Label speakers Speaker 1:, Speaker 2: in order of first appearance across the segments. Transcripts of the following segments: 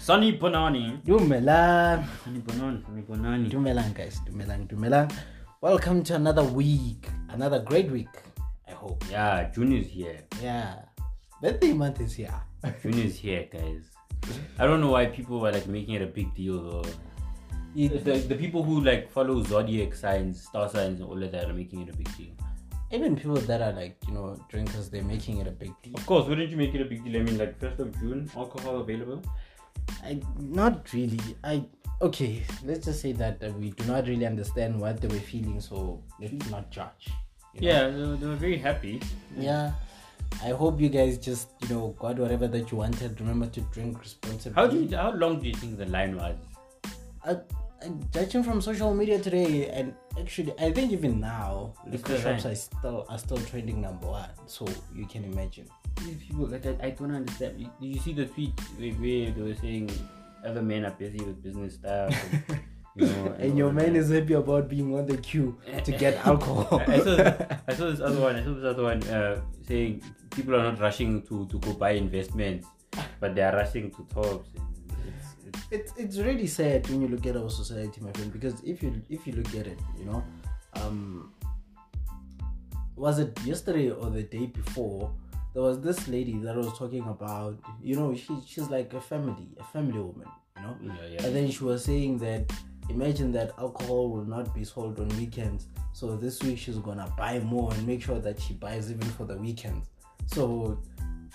Speaker 1: Sunny Bonani.
Speaker 2: Dumelang.
Speaker 1: Sunny Bonani. Sunny Bonani.
Speaker 2: Dumelang, guys. Dumelang, dumelang. Welcome to another week. Another great week, I hope.
Speaker 1: Yeah, June is here.
Speaker 2: Yeah. Birthday month is here.
Speaker 1: June is here, guys. I don't know why people were like making it a big deal though.
Speaker 2: It-
Speaker 1: The, the people who like follow zodiac signs, star signs, and all of that are making it a big deal.
Speaker 2: even people that are like, you know, drinkers, they're making it a big deal.
Speaker 1: Of course, wouldn't you make it a big deal? I mean, like first of June, alcohol available.
Speaker 2: I, not really. I okay. Let's just say that uh, we do not really understand what they were feeling, so let's not judge. you know?
Speaker 1: Yeah, they were, they were very happy.
Speaker 2: Yeah. I hope you guys just you know got whatever that you wanted. Remember to drink responsibly.
Speaker 1: How do you, how long do you think the line was?
Speaker 2: I, I judging from social media today, and actually, I think even now, liquor
Speaker 1: still
Speaker 2: shops are still are still trending number one. So you can imagine.
Speaker 1: These people, like, I, I don't understand. You- Did you see the tweet where, where they were saying other men are busy with business stuff? And, you know,
Speaker 2: And your
Speaker 1: all
Speaker 2: man
Speaker 1: that.
Speaker 2: is happy about being on the queue to get alcohol.
Speaker 1: I, I saw, this- I saw this other one. I saw this other one uh, saying people are not rushing to, to go buy investments, but they are rushing to tops. and It's, it's,
Speaker 2: it's it's really sad when you look at our society, my friend. Because if you if you look at it, you know, um, was it yesterday or the day before? There was this lady that was talking about, you know, she she's like a family, a family woman, you know.
Speaker 1: yeah, yeah.
Speaker 2: And then she was saying that imagine that alcohol will not be sold on weekends. So this week she's gonna buy more and make sure that she buys even for the weekends. So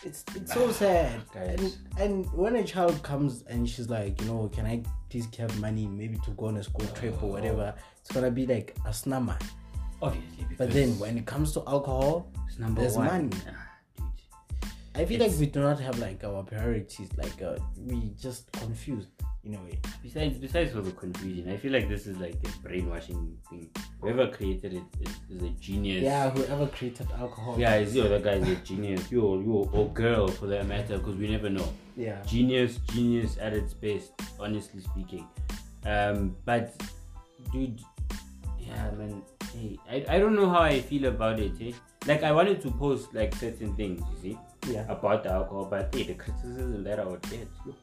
Speaker 2: it's it's so sad. And
Speaker 1: Ah, Guys.
Speaker 2: and when a child comes and she's like, you know, can I please have money maybe to go on a school trip or whatever,
Speaker 1: Oh.
Speaker 2: it's gonna be like a snama.
Speaker 1: obviously. Because
Speaker 2: But then when it comes to alcohol,
Speaker 1: it's number
Speaker 2: there's
Speaker 1: one.
Speaker 2: money.
Speaker 1: Ah, dude.
Speaker 2: I feel like we do not have like our priorities, like uh, we just confused in a way.
Speaker 1: Besides, besides for the confusion, I feel like this is like a brainwashing thing. Whoever created it is, is a genius.
Speaker 2: Yeah, whoever created alcohol.
Speaker 1: Yeah, it's yo, that guy's a genius. Yo, yo, or girl for that matter, because we never know.
Speaker 2: Yeah.
Speaker 1: Genius, genius at its best, honestly speaking. Um, but, dude, yeah, man, hey, I, I don't know how I feel about it, eh? Like, I wanted to post, like, certain things, you see?
Speaker 2: Yeah.
Speaker 1: About the alcohol, but, hey, the criticism that I would get, yo.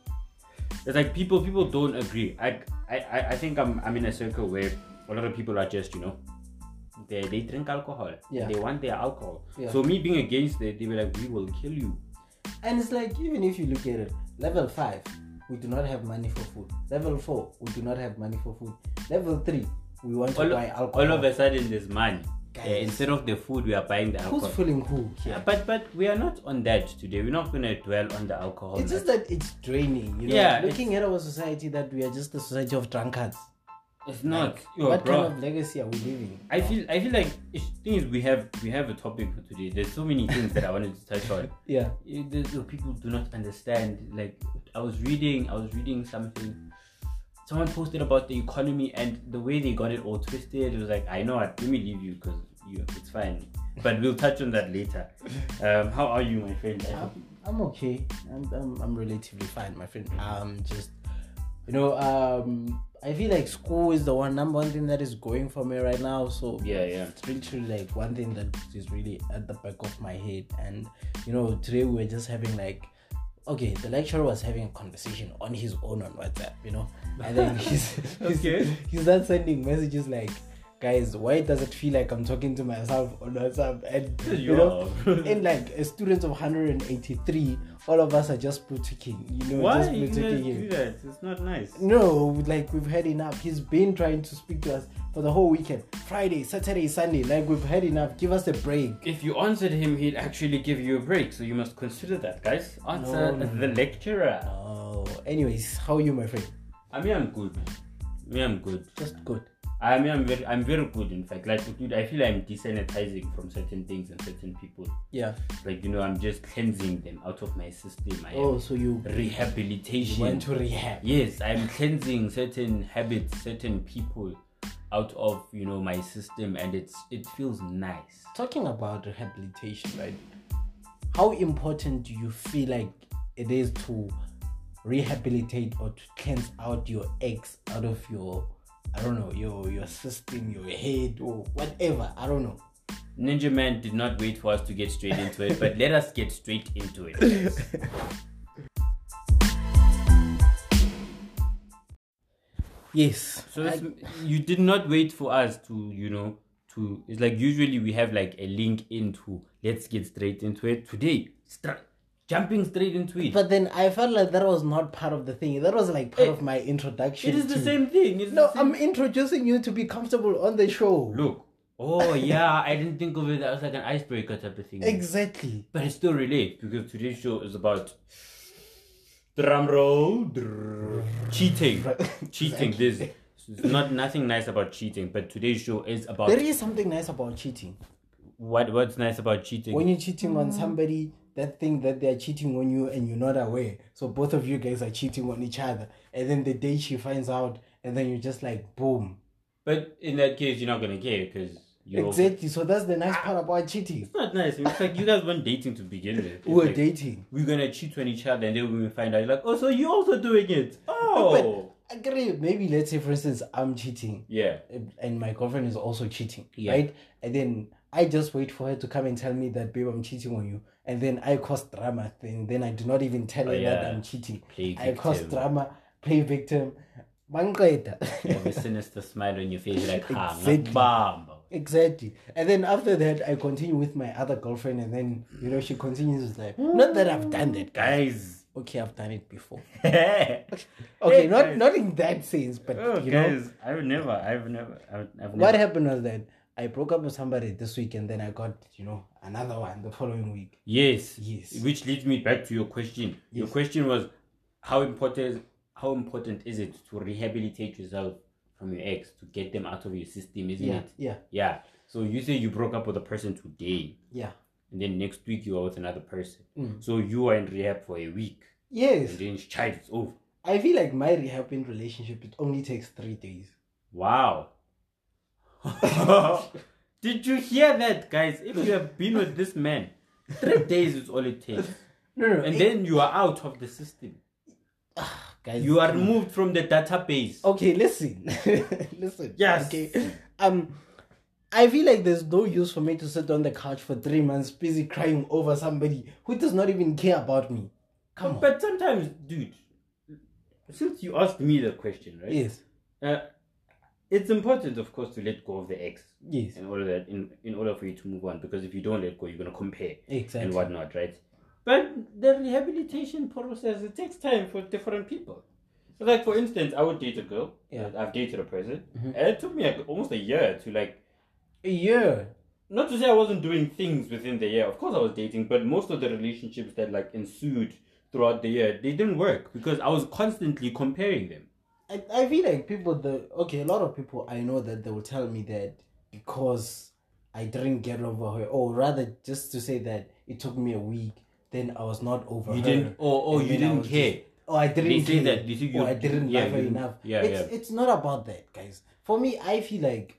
Speaker 1: It's like people people don't agree. I, I, I I think I'm, I'm in a circle where a lot of people are just, you know, they, they drink alcohol.
Speaker 2: Yeah.
Speaker 1: They want their alcohol.
Speaker 2: Yeah.
Speaker 1: So me being against it, they were like, we will kill you.
Speaker 2: And it's like even if you look at it, level five, we do not have money for food. Level four, we do not have money for food. Level three, we want to
Speaker 1: all,
Speaker 2: buy
Speaker 1: all
Speaker 2: alcohol.
Speaker 1: of a sudden there's money. Uh,
Speaker 2: Guys.
Speaker 1: instead of the food, we are buying the
Speaker 2: Who's
Speaker 1: alcohol.
Speaker 2: fooling who
Speaker 1: Yeah,
Speaker 2: here?
Speaker 1: but but we are not on that today. We're not gonna dwell on the alcohol.
Speaker 2: It's just that it's draining, you know.
Speaker 1: Yeah,
Speaker 2: Looking at our society, that we are just a society of drunkards.
Speaker 1: it's not. Yo,
Speaker 2: what
Speaker 1: bro.
Speaker 2: kind of legacy are we leaving?
Speaker 1: I feel I feel like it's- thing is we have we have a topic for today. There's so many things that I wanted to touch on.
Speaker 2: Yeah,
Speaker 1: You- The, the people do not understand. Like I was reading I was reading something. Someone posted about the economy and the way they got it all twisted. It was like I know what, let me leave you because you it's fine. But we'll touch on that later. Um, how are you, my friend? I hope
Speaker 2: I'm, I'm okay. I'm, I'm I'm relatively fine, my friend. I'm just, you know, um, I feel like school is the one number one thing that is going for me right now. So
Speaker 1: Yeah, yeah.
Speaker 2: it's literally like one thing that is really at the back of my head. And you know, today we were just having like, okay, the lecturer was having a conversation on his own on WhatsApp, you know, and then he's he's,
Speaker 1: Okay.
Speaker 2: he's not sending messages like. Guys, why does it feel like I'm talking to myself on WhatsApp? And you
Speaker 1: You
Speaker 2: know,
Speaker 1: are.
Speaker 2: in like a student of 183, all of us are just politicking, you know,
Speaker 1: Why
Speaker 2: just
Speaker 1: you guys
Speaker 2: politicking.
Speaker 1: do that? It's not nice.
Speaker 2: No, like we've had enough. He's been trying to speak to us for the whole weekend Friday, Saturday, Sunday. Like we've had enough. Give us a break.
Speaker 1: If you answered him, he'd actually give you a break. So you must consider that, guys. Answer
Speaker 2: No, no,
Speaker 1: the lecturer.
Speaker 2: Oh, anyways, how are you, my friend?
Speaker 1: I mean, I'm good. Me, I'm good.
Speaker 2: Just good.
Speaker 1: I mean, I'm very, I'm very good. In fact, like, dude, I feel I'm desanitizing from certain things and certain people.
Speaker 2: Yeah.
Speaker 1: Like, you know, I'm just cleansing them out of my system. I
Speaker 2: Oh,
Speaker 1: am
Speaker 2: so you
Speaker 1: rehabilitation.
Speaker 2: went to rehab.
Speaker 1: Yes, I'm cleansing certain habits, certain people, out of you know my system, and it's it feels nice.
Speaker 2: Talking about rehabilitation, right? How important do you feel like it is to rehabilitate or to cleanse out your ex out of your, I don't know, your your system, your head, or whatever? I don't know.
Speaker 1: Ninja Man did not wait for us to get straight into it, but let us get straight into it. guys.
Speaker 2: Yes.
Speaker 1: So it's, you did not wait for us to, you know, to. It's like usually we have like a link into. Let's get straight into it today. Stra- jumping straight into it.
Speaker 2: But then I felt like that was not part of the thing. That was like part of my introduction.
Speaker 1: it is the
Speaker 2: to-
Speaker 1: same thing. It's
Speaker 2: No,
Speaker 1: the same.
Speaker 2: I'm introducing you to be comfortable on the show.
Speaker 1: Look. Oh yeah, I didn't think of it. That was like an icebreaker type of thing.
Speaker 2: Exactly.
Speaker 1: but it still relates because today's show is about drum roll drrrr, cheating, cheating. This There's not nothing nice about cheating, but today's show is about
Speaker 2: There is something nice about cheating.
Speaker 1: what what's nice about cheating.
Speaker 2: When you're cheating on somebody, that thing that they're cheating on you and you're not aware. So both of you guys are cheating on each other. And then the day she finds out, and then you're just like, boom.
Speaker 1: But in that case, you're not gonna care because you're.
Speaker 2: Exactly. So that's the nice part about cheating.
Speaker 1: It's not nice. It's like you guys weren't dating to begin with. It's
Speaker 2: We were
Speaker 1: like,
Speaker 2: dating.
Speaker 1: We're gonna cheat on each other, and then we will find out. Like, oh, so you're also doing it. Oh,
Speaker 2: Agree. Maybe let's say, for instance, I'm cheating.
Speaker 1: yeah.
Speaker 2: and my girlfriend is also cheating,
Speaker 1: Yeah.
Speaker 2: right? And then I just wait for her to come and tell me that, babe, I'm cheating on you. And then I cause drama. Then, then I do not even tell her that
Speaker 1: Oh, yeah.
Speaker 2: I'm cheating.
Speaker 1: Play
Speaker 2: I cause
Speaker 1: victim.
Speaker 2: drama, play victim. Banqeda.
Speaker 1: You have a sinister smile on your face, like, ah,
Speaker 2: Exactly.
Speaker 1: bam.
Speaker 2: exactly. And then after that, I continue with my other girlfriend. And then, you know, she continues with like, not that I've done that, guy.
Speaker 1: Guys.
Speaker 2: Okay, I've done it before.
Speaker 1: okay,
Speaker 2: Okay, not not in that sense, but
Speaker 1: Oh,
Speaker 2: you know,
Speaker 1: guys, I've never, I've never, I've, I've
Speaker 2: what
Speaker 1: never.
Speaker 2: happened was that I broke up with somebody this week, and then I got, you know, another one the following week.
Speaker 1: Yes.
Speaker 2: Yes.
Speaker 1: Which leads me back to your question. Your question was, how important, how important is it to rehabilitate yourself from your ex to get them out of your system, isn't
Speaker 2: Yeah,
Speaker 1: it?
Speaker 2: yeah,
Speaker 1: Yeah. So you say you broke up with a person today,
Speaker 2: yeah.
Speaker 1: and then next week you are with another person.
Speaker 2: Mm.
Speaker 1: So you are in rehab for a week,
Speaker 2: Yes,
Speaker 1: and then child is over.
Speaker 2: I feel like my rehab in relationship it only takes three days.
Speaker 1: Wow. Did you hear that, guys? If you have been with this man, three days is all it takes,
Speaker 2: No, no,
Speaker 1: and
Speaker 2: it-
Speaker 1: then you are out of the system.
Speaker 2: guys,
Speaker 1: You are removed from the database.
Speaker 2: okay. Listen, listen.
Speaker 1: Yes.
Speaker 2: Okay. Um, I feel like there's no use for me to sit on the couch for three months busy crying over somebody who does not even care about me. Come on.
Speaker 1: But sometimes, dude, since you asked me the question, right?
Speaker 2: Yes.
Speaker 1: Uh, it's important, of course, to let go of the ex.
Speaker 2: Yes.
Speaker 1: in order that in, in order for you to move on because if you don't let go you're gonna compare
Speaker 2: Exactly.
Speaker 1: and whatnot right but the rehabilitation process it takes time for different people so like for instance i would date a girl
Speaker 2: Yeah. Mm-hmm.
Speaker 1: that i've dated a person and it took me like almost a year to like
Speaker 2: A year.
Speaker 1: not to say i wasn't doing things within the year of course i was dating but most of the relationships that like ensued throughout the year they didn't work because i was constantly comparing them
Speaker 2: I, I feel like people the okay a lot of people I know that they will tell me that because I didn't get over her or rather just to say that it took me a week then I was not over
Speaker 1: You
Speaker 2: her
Speaker 1: didn't- or- or
Speaker 2: and
Speaker 1: you
Speaker 2: then I
Speaker 1: didn't
Speaker 2: was
Speaker 1: care.
Speaker 2: just- or I didn't
Speaker 1: They say
Speaker 2: care,
Speaker 1: that, they say
Speaker 2: or
Speaker 1: you-
Speaker 2: I didn't
Speaker 1: yeah,
Speaker 2: love her
Speaker 1: you-
Speaker 2: enough
Speaker 1: yeah,
Speaker 2: it's,
Speaker 1: yeah.
Speaker 2: it's not about that guys for me I feel like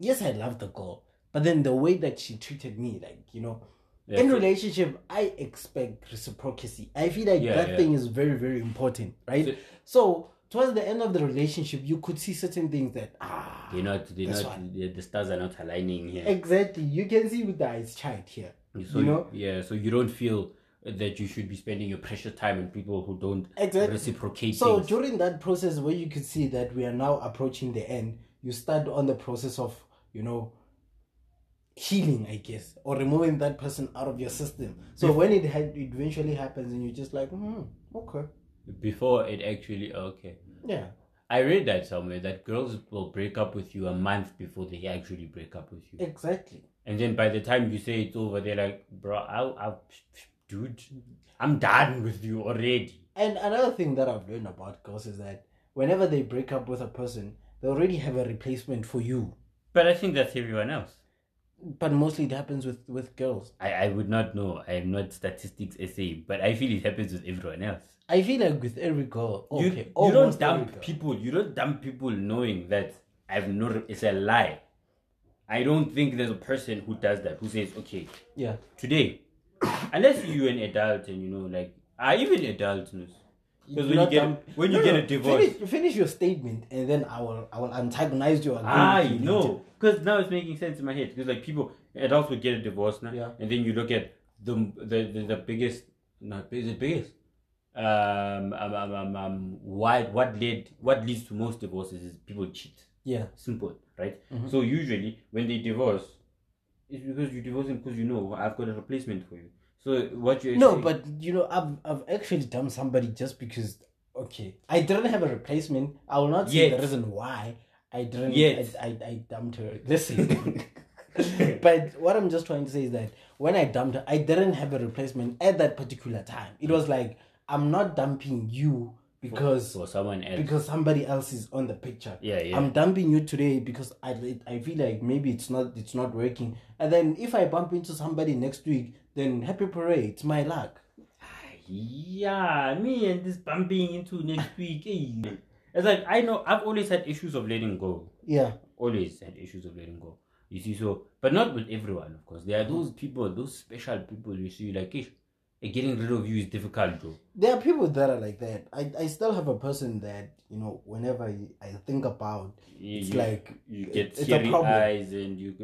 Speaker 2: yes I love the girl but then the way that she treated me like you know
Speaker 1: That's
Speaker 2: in
Speaker 1: it.
Speaker 2: relationship I expect reciprocity I feel like
Speaker 1: Yeah,
Speaker 2: that
Speaker 1: yeah.
Speaker 2: thing is very very important right so towards the end of the relationship, you could see certain things that ah
Speaker 1: they're not they're
Speaker 2: That's
Speaker 1: not the, the stars are not aligning here
Speaker 2: exactly you can see with the eyes child here.
Speaker 1: So,
Speaker 2: you know
Speaker 1: yeah, so you don't feel that you should be spending your precious time on people who don't
Speaker 2: Exactly.
Speaker 1: reciprocate.
Speaker 2: So
Speaker 1: things.
Speaker 2: during that process where you could see that we are now approaching the end, you start on the process of you know healing, I guess, or removing that person out of your system. So when it had it eventually happens, and you're just like, hmm, okay,
Speaker 1: before it actually okay.
Speaker 2: yeah,
Speaker 1: I read that somewhere that girls will break up with you a month before they actually break up with you,
Speaker 2: exactly.
Speaker 1: and then by the time you say it's over, they're like, "Bro, I, I, dude, I'm done with you already."
Speaker 2: And another thing that I've learned about girls is that whenever they break up with a person, they already have a replacement for you.
Speaker 1: But I think that's everyone else.
Speaker 2: But mostly it happens with with girls.
Speaker 1: I, I would not know. I am not statistics essay, but I feel it happens with everyone else.
Speaker 2: I feel like with every girl, okay,
Speaker 1: you, you don't
Speaker 2: almost every
Speaker 1: dump
Speaker 2: girl.
Speaker 1: people. You don't dump people knowing that I've no. re- It's a lie. I don't think there's a person who does that who says, "Okay,
Speaker 2: Yeah,
Speaker 1: today," unless you're an adult and you know, like, I even adults. Because when you
Speaker 2: not
Speaker 1: get
Speaker 2: dump-
Speaker 1: when you
Speaker 2: No,
Speaker 1: get
Speaker 2: no,
Speaker 1: a divorce,
Speaker 2: Finish, finish your statement, and then I will I will antagonize you. Again
Speaker 1: I
Speaker 2: with you later.
Speaker 1: Ah, know. Because now it's making sense in my head. Because like people, adults would get a divorce now,
Speaker 2: Yeah.
Speaker 1: and then you look at the the the, the biggest, not big- the biggest, um, um, um, um, um, why what led what leads to most divorces is people cheat.
Speaker 2: Yeah.
Speaker 1: Simple, right?
Speaker 2: Mm-hmm.
Speaker 1: So usually when they divorce, it's because you're divorcing because you know I've got a replacement for you. So what you
Speaker 2: No,
Speaker 1: actually-
Speaker 2: but you know, I've I've actually dumped somebody just because. Okay, I didn't have a replacement. I will not say
Speaker 1: Yet.
Speaker 2: the reason why I didn't.
Speaker 1: Yet.
Speaker 2: I, I, I dumped her. Listen. but what I'm just trying to say is that when I dumped her, I didn't have a replacement at that particular time. It was like I'm not dumping you because
Speaker 1: for someone else.
Speaker 2: because somebody else is on the picture.
Speaker 1: Yeah, yeah.
Speaker 2: I'm dumping you today because I I feel like maybe it's not it's not working. And then if I bump into somebody next week, then happy parade, it's my luck.
Speaker 1: yeah, me and this bumping into next week. eh. It's like I know I've always had issues of letting go.
Speaker 2: Yeah.
Speaker 1: always had issues of letting go. You see, so but not with everyone, of course. There are those people, those special people you see, like "Ish, eh, getting rid of you is difficult, though.
Speaker 2: There are people that are like that. I, I still have a person that, you know, whenever I- I think about,
Speaker 1: You-
Speaker 2: It's
Speaker 1: you-
Speaker 2: like,
Speaker 1: you
Speaker 2: it-
Speaker 1: get
Speaker 2: it's a
Speaker 1: teary
Speaker 2: problem.
Speaker 1: eyes and you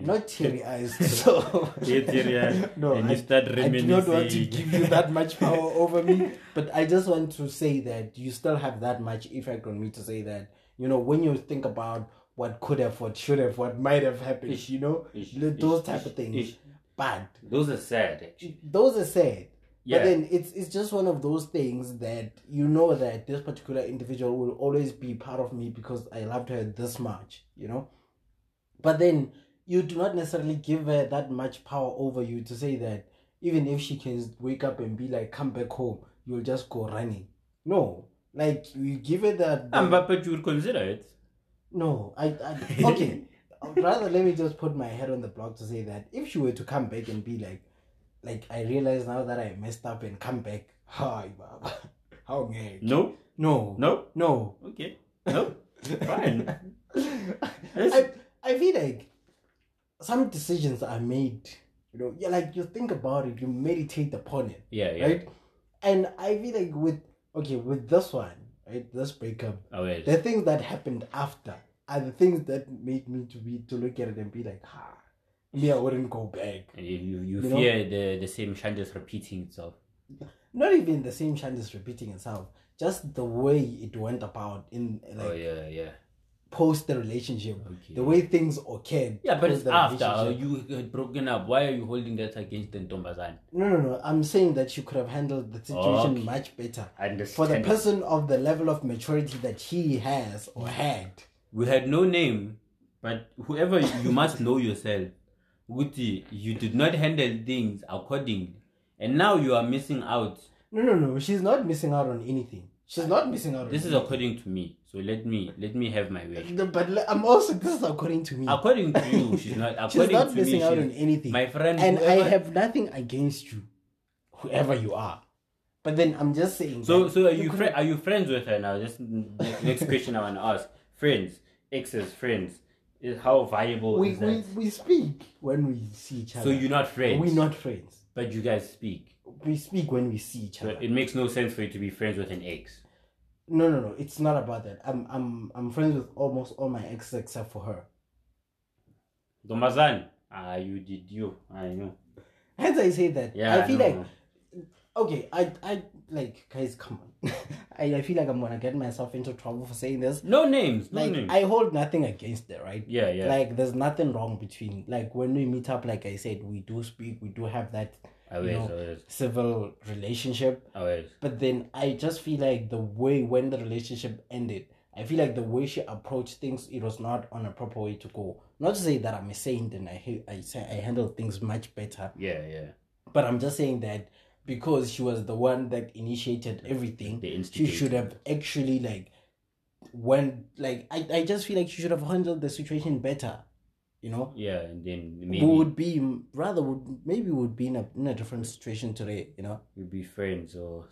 Speaker 1: eh,
Speaker 2: not teary eyes. So
Speaker 1: get teary eyes
Speaker 2: no,
Speaker 1: and
Speaker 2: I,
Speaker 1: you start
Speaker 2: I do
Speaker 1: reminiscing.
Speaker 2: not want to give you that much power over me, but I just want to say that you still have that much effect on me to say that, you know, when you think about what could have, what should have, what might have happened, you know,
Speaker 1: Ish,
Speaker 2: li- those
Speaker 1: ish,
Speaker 2: type
Speaker 1: ish,
Speaker 2: of things.
Speaker 1: ish.
Speaker 2: But
Speaker 1: Those are sad, actually.
Speaker 2: those are sad.
Speaker 1: Yeah.
Speaker 2: But then it's it's just one of those things that you know that this particular individual will always be part of me because I loved her this much, you know. But then you do not necessarily give her that much power over you to say that even if she can wake up and be like, come back home, you'll just go running. No, like you give her that.
Speaker 1: Um, but, but you would consider it.
Speaker 2: No, I, I okay. Rather, let me just put my head on the block to say that if she were to come back and be like, like I realize now that I messed up and come back, hi, Baba, how ngeke."
Speaker 1: No,
Speaker 2: No,
Speaker 1: no,
Speaker 2: no.
Speaker 1: okay, no, fine.
Speaker 2: I, I feel like some decisions are made. You know, yeah, like you think about it, you meditate upon it,
Speaker 1: Yeah, yeah.
Speaker 2: right? And I feel like with okay with this one, right, this breakup,
Speaker 1: Oh, yes.
Speaker 2: the things that happened after are the things that made me to be to look at it and be like, ha, me, I wouldn't go back.
Speaker 1: And You, you, you
Speaker 2: You know?
Speaker 1: fear the, the same shandas repeating itself.
Speaker 2: Not even the same chant is repeating itself. Just the way it went about in like
Speaker 1: oh, yeah, yeah.
Speaker 2: post the relationship,
Speaker 1: Okay.
Speaker 2: the way things occurred.
Speaker 1: Yeah, but
Speaker 2: post
Speaker 1: it's
Speaker 2: the
Speaker 1: after
Speaker 2: relationship.
Speaker 1: you had broken up. Why are you holding that against the Ntombazan?
Speaker 2: No, no, no. I'm saying that she could have handled the situation
Speaker 1: Okay.
Speaker 2: much better.
Speaker 1: I understand.
Speaker 2: For the person of the level of maturity that he has or had.
Speaker 1: we had no name, but whoever you must know yourself. Guti, you did not handle things accordingly, and now you are missing out.
Speaker 2: No, no, no. She's not missing out on anything. She's not missing out on
Speaker 1: This is
Speaker 2: anything.
Speaker 1: according to me, so let me let me have my way.
Speaker 2: No, but le- I'm also this is according to me.
Speaker 1: According to you, she's not. According
Speaker 2: She's not
Speaker 1: to
Speaker 2: missing
Speaker 1: me,
Speaker 2: out
Speaker 1: she's-
Speaker 2: on anything.
Speaker 1: My friend,
Speaker 2: and I
Speaker 1: whoever-
Speaker 2: have nothing against you, whoever you are. But then I'm just saying.
Speaker 1: So,
Speaker 2: that
Speaker 1: so are you
Speaker 2: could-
Speaker 1: fri are you friends with her now? This next, next question I want to ask: friends, exes, friends. Is how viable
Speaker 2: we,
Speaker 1: is that?
Speaker 2: we we speak when we see each other.
Speaker 1: so you're not friends,
Speaker 2: We're not friends.
Speaker 1: but you guys speak.
Speaker 2: We speak when we see each
Speaker 1: So
Speaker 2: other.
Speaker 1: it makes no sense for you to be friends with an ex.
Speaker 2: No, no, no. It's not about that. I'm I'm I'm friends with almost all my exes except for her.
Speaker 1: Domazan, ah, you did you. I know.
Speaker 2: Hence, I say that.
Speaker 1: Yeah,
Speaker 2: I feel
Speaker 1: no,
Speaker 2: like
Speaker 1: no.
Speaker 2: okay. I I like guys. Come on. I I feel like I'm gonna get myself into trouble for saying this.
Speaker 1: No names, no
Speaker 2: Like
Speaker 1: names.
Speaker 2: I hold nothing against it, right?
Speaker 1: yeah, yeah.
Speaker 2: Like there's nothing wrong between like when we meet up, like I said, we do speak, we do have that
Speaker 1: always,
Speaker 2: you know,
Speaker 1: always,
Speaker 2: civil relationship.
Speaker 1: always.
Speaker 2: But then I just feel like the way when the relationship ended, I feel like the way she approached things, it was not on a proper way to go. Not to say that I'm a saint and I ha- I say I handle things much better,
Speaker 1: Yeah, yeah.
Speaker 2: but I'm just saying that because she was the one that initiated everything,
Speaker 1: The
Speaker 2: she
Speaker 1: institute.
Speaker 2: should have actually like when like I, I just feel like she should have handled the situation better you know
Speaker 1: Yeah, and then
Speaker 2: we
Speaker 1: maybe
Speaker 2: would be rather would maybe would be in a, in a different situation today you know
Speaker 1: we'll be friends or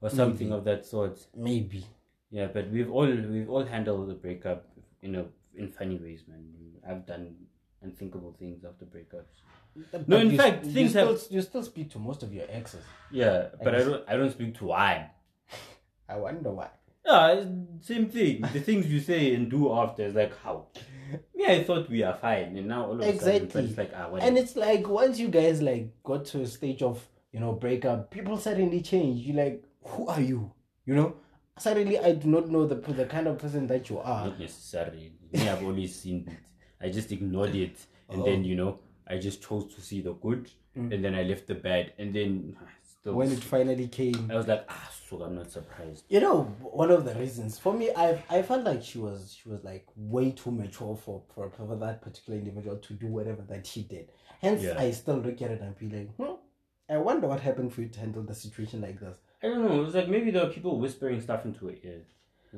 Speaker 1: or something of that sort.
Speaker 2: maybe
Speaker 1: Yeah, but we've all we've all handled the breakup in a in funny ways, man. I've done unthinkable things after breakups.
Speaker 2: But
Speaker 1: in
Speaker 2: you-
Speaker 1: fact,
Speaker 2: you
Speaker 1: things
Speaker 2: still, you still speak to most of your exes
Speaker 1: Yeah, but I, don't I don't speak to why.
Speaker 2: i wonder why
Speaker 1: Yeah, same thing. The things you say and do after is like how. Yeah, I thought we are fine, and now all of a sudden
Speaker 2: Exactly.
Speaker 1: it's like ah, whatever.
Speaker 2: and it's like once you guys like got to a stage of you know breakup people suddenly change you like who are you? You know, suddenly I do not know the the kind of person that you are.
Speaker 1: Not necessarily. Me, I've always seen it. I just ignored it, and then you know, I just chose to see the good, and then I left the bad, and then ah, still,
Speaker 2: When it finally came,
Speaker 1: I was like, ah, so I'm not surprised.
Speaker 2: you know, one of the reasons for me, I I felt like she was she was like way too mature for for, for that particular individual to do whatever that he did. Hence,
Speaker 1: Yeah.
Speaker 2: I still look at it and be like, hmm, I wonder what happened for you to handle the situation like this.
Speaker 1: I don't know. It was like maybe there were people whispering stuff into her ear,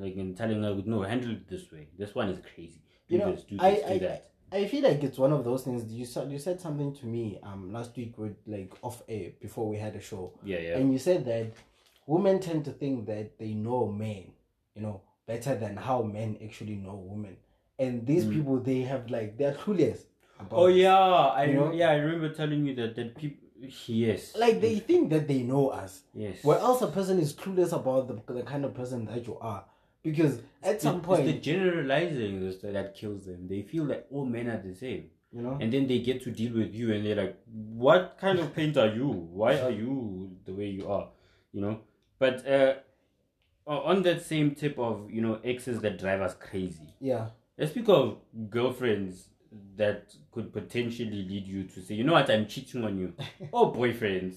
Speaker 1: like and telling her, no, handle it this way. This one is crazy. Do
Speaker 2: You know,
Speaker 1: this, do
Speaker 2: I-
Speaker 1: this, do
Speaker 2: I-
Speaker 1: that.
Speaker 2: I feel like it's one of those things. You said you said something to me um last week with like off air before we had a show.
Speaker 1: yeah, yeah.
Speaker 2: And you said that women tend to think that they know men, you know, better than how men actually know women. And these people, they have like they're clueless. About
Speaker 1: Mm. Oh yeah, I
Speaker 2: You know?
Speaker 1: know. Yeah, I remember telling you that that people. Yes.
Speaker 2: like they think that they know us.
Speaker 1: Yes.
Speaker 2: Where else a person is clueless about the, the kind of person that you are, because at some
Speaker 1: It's
Speaker 2: point,
Speaker 1: the generalizing that's- that kills them. They feel that all men are the same.
Speaker 2: you know,
Speaker 1: And then they get to deal with you and they're like, what kind of paint are you? Why are you the way you are? You know? But uh, o- on that same tip of, you know, exes that drive us crazy,
Speaker 2: yeah,
Speaker 1: let's speak of girlfriends that could potentially lead you to say, you know what, I'm cheating on you. or boyfriends,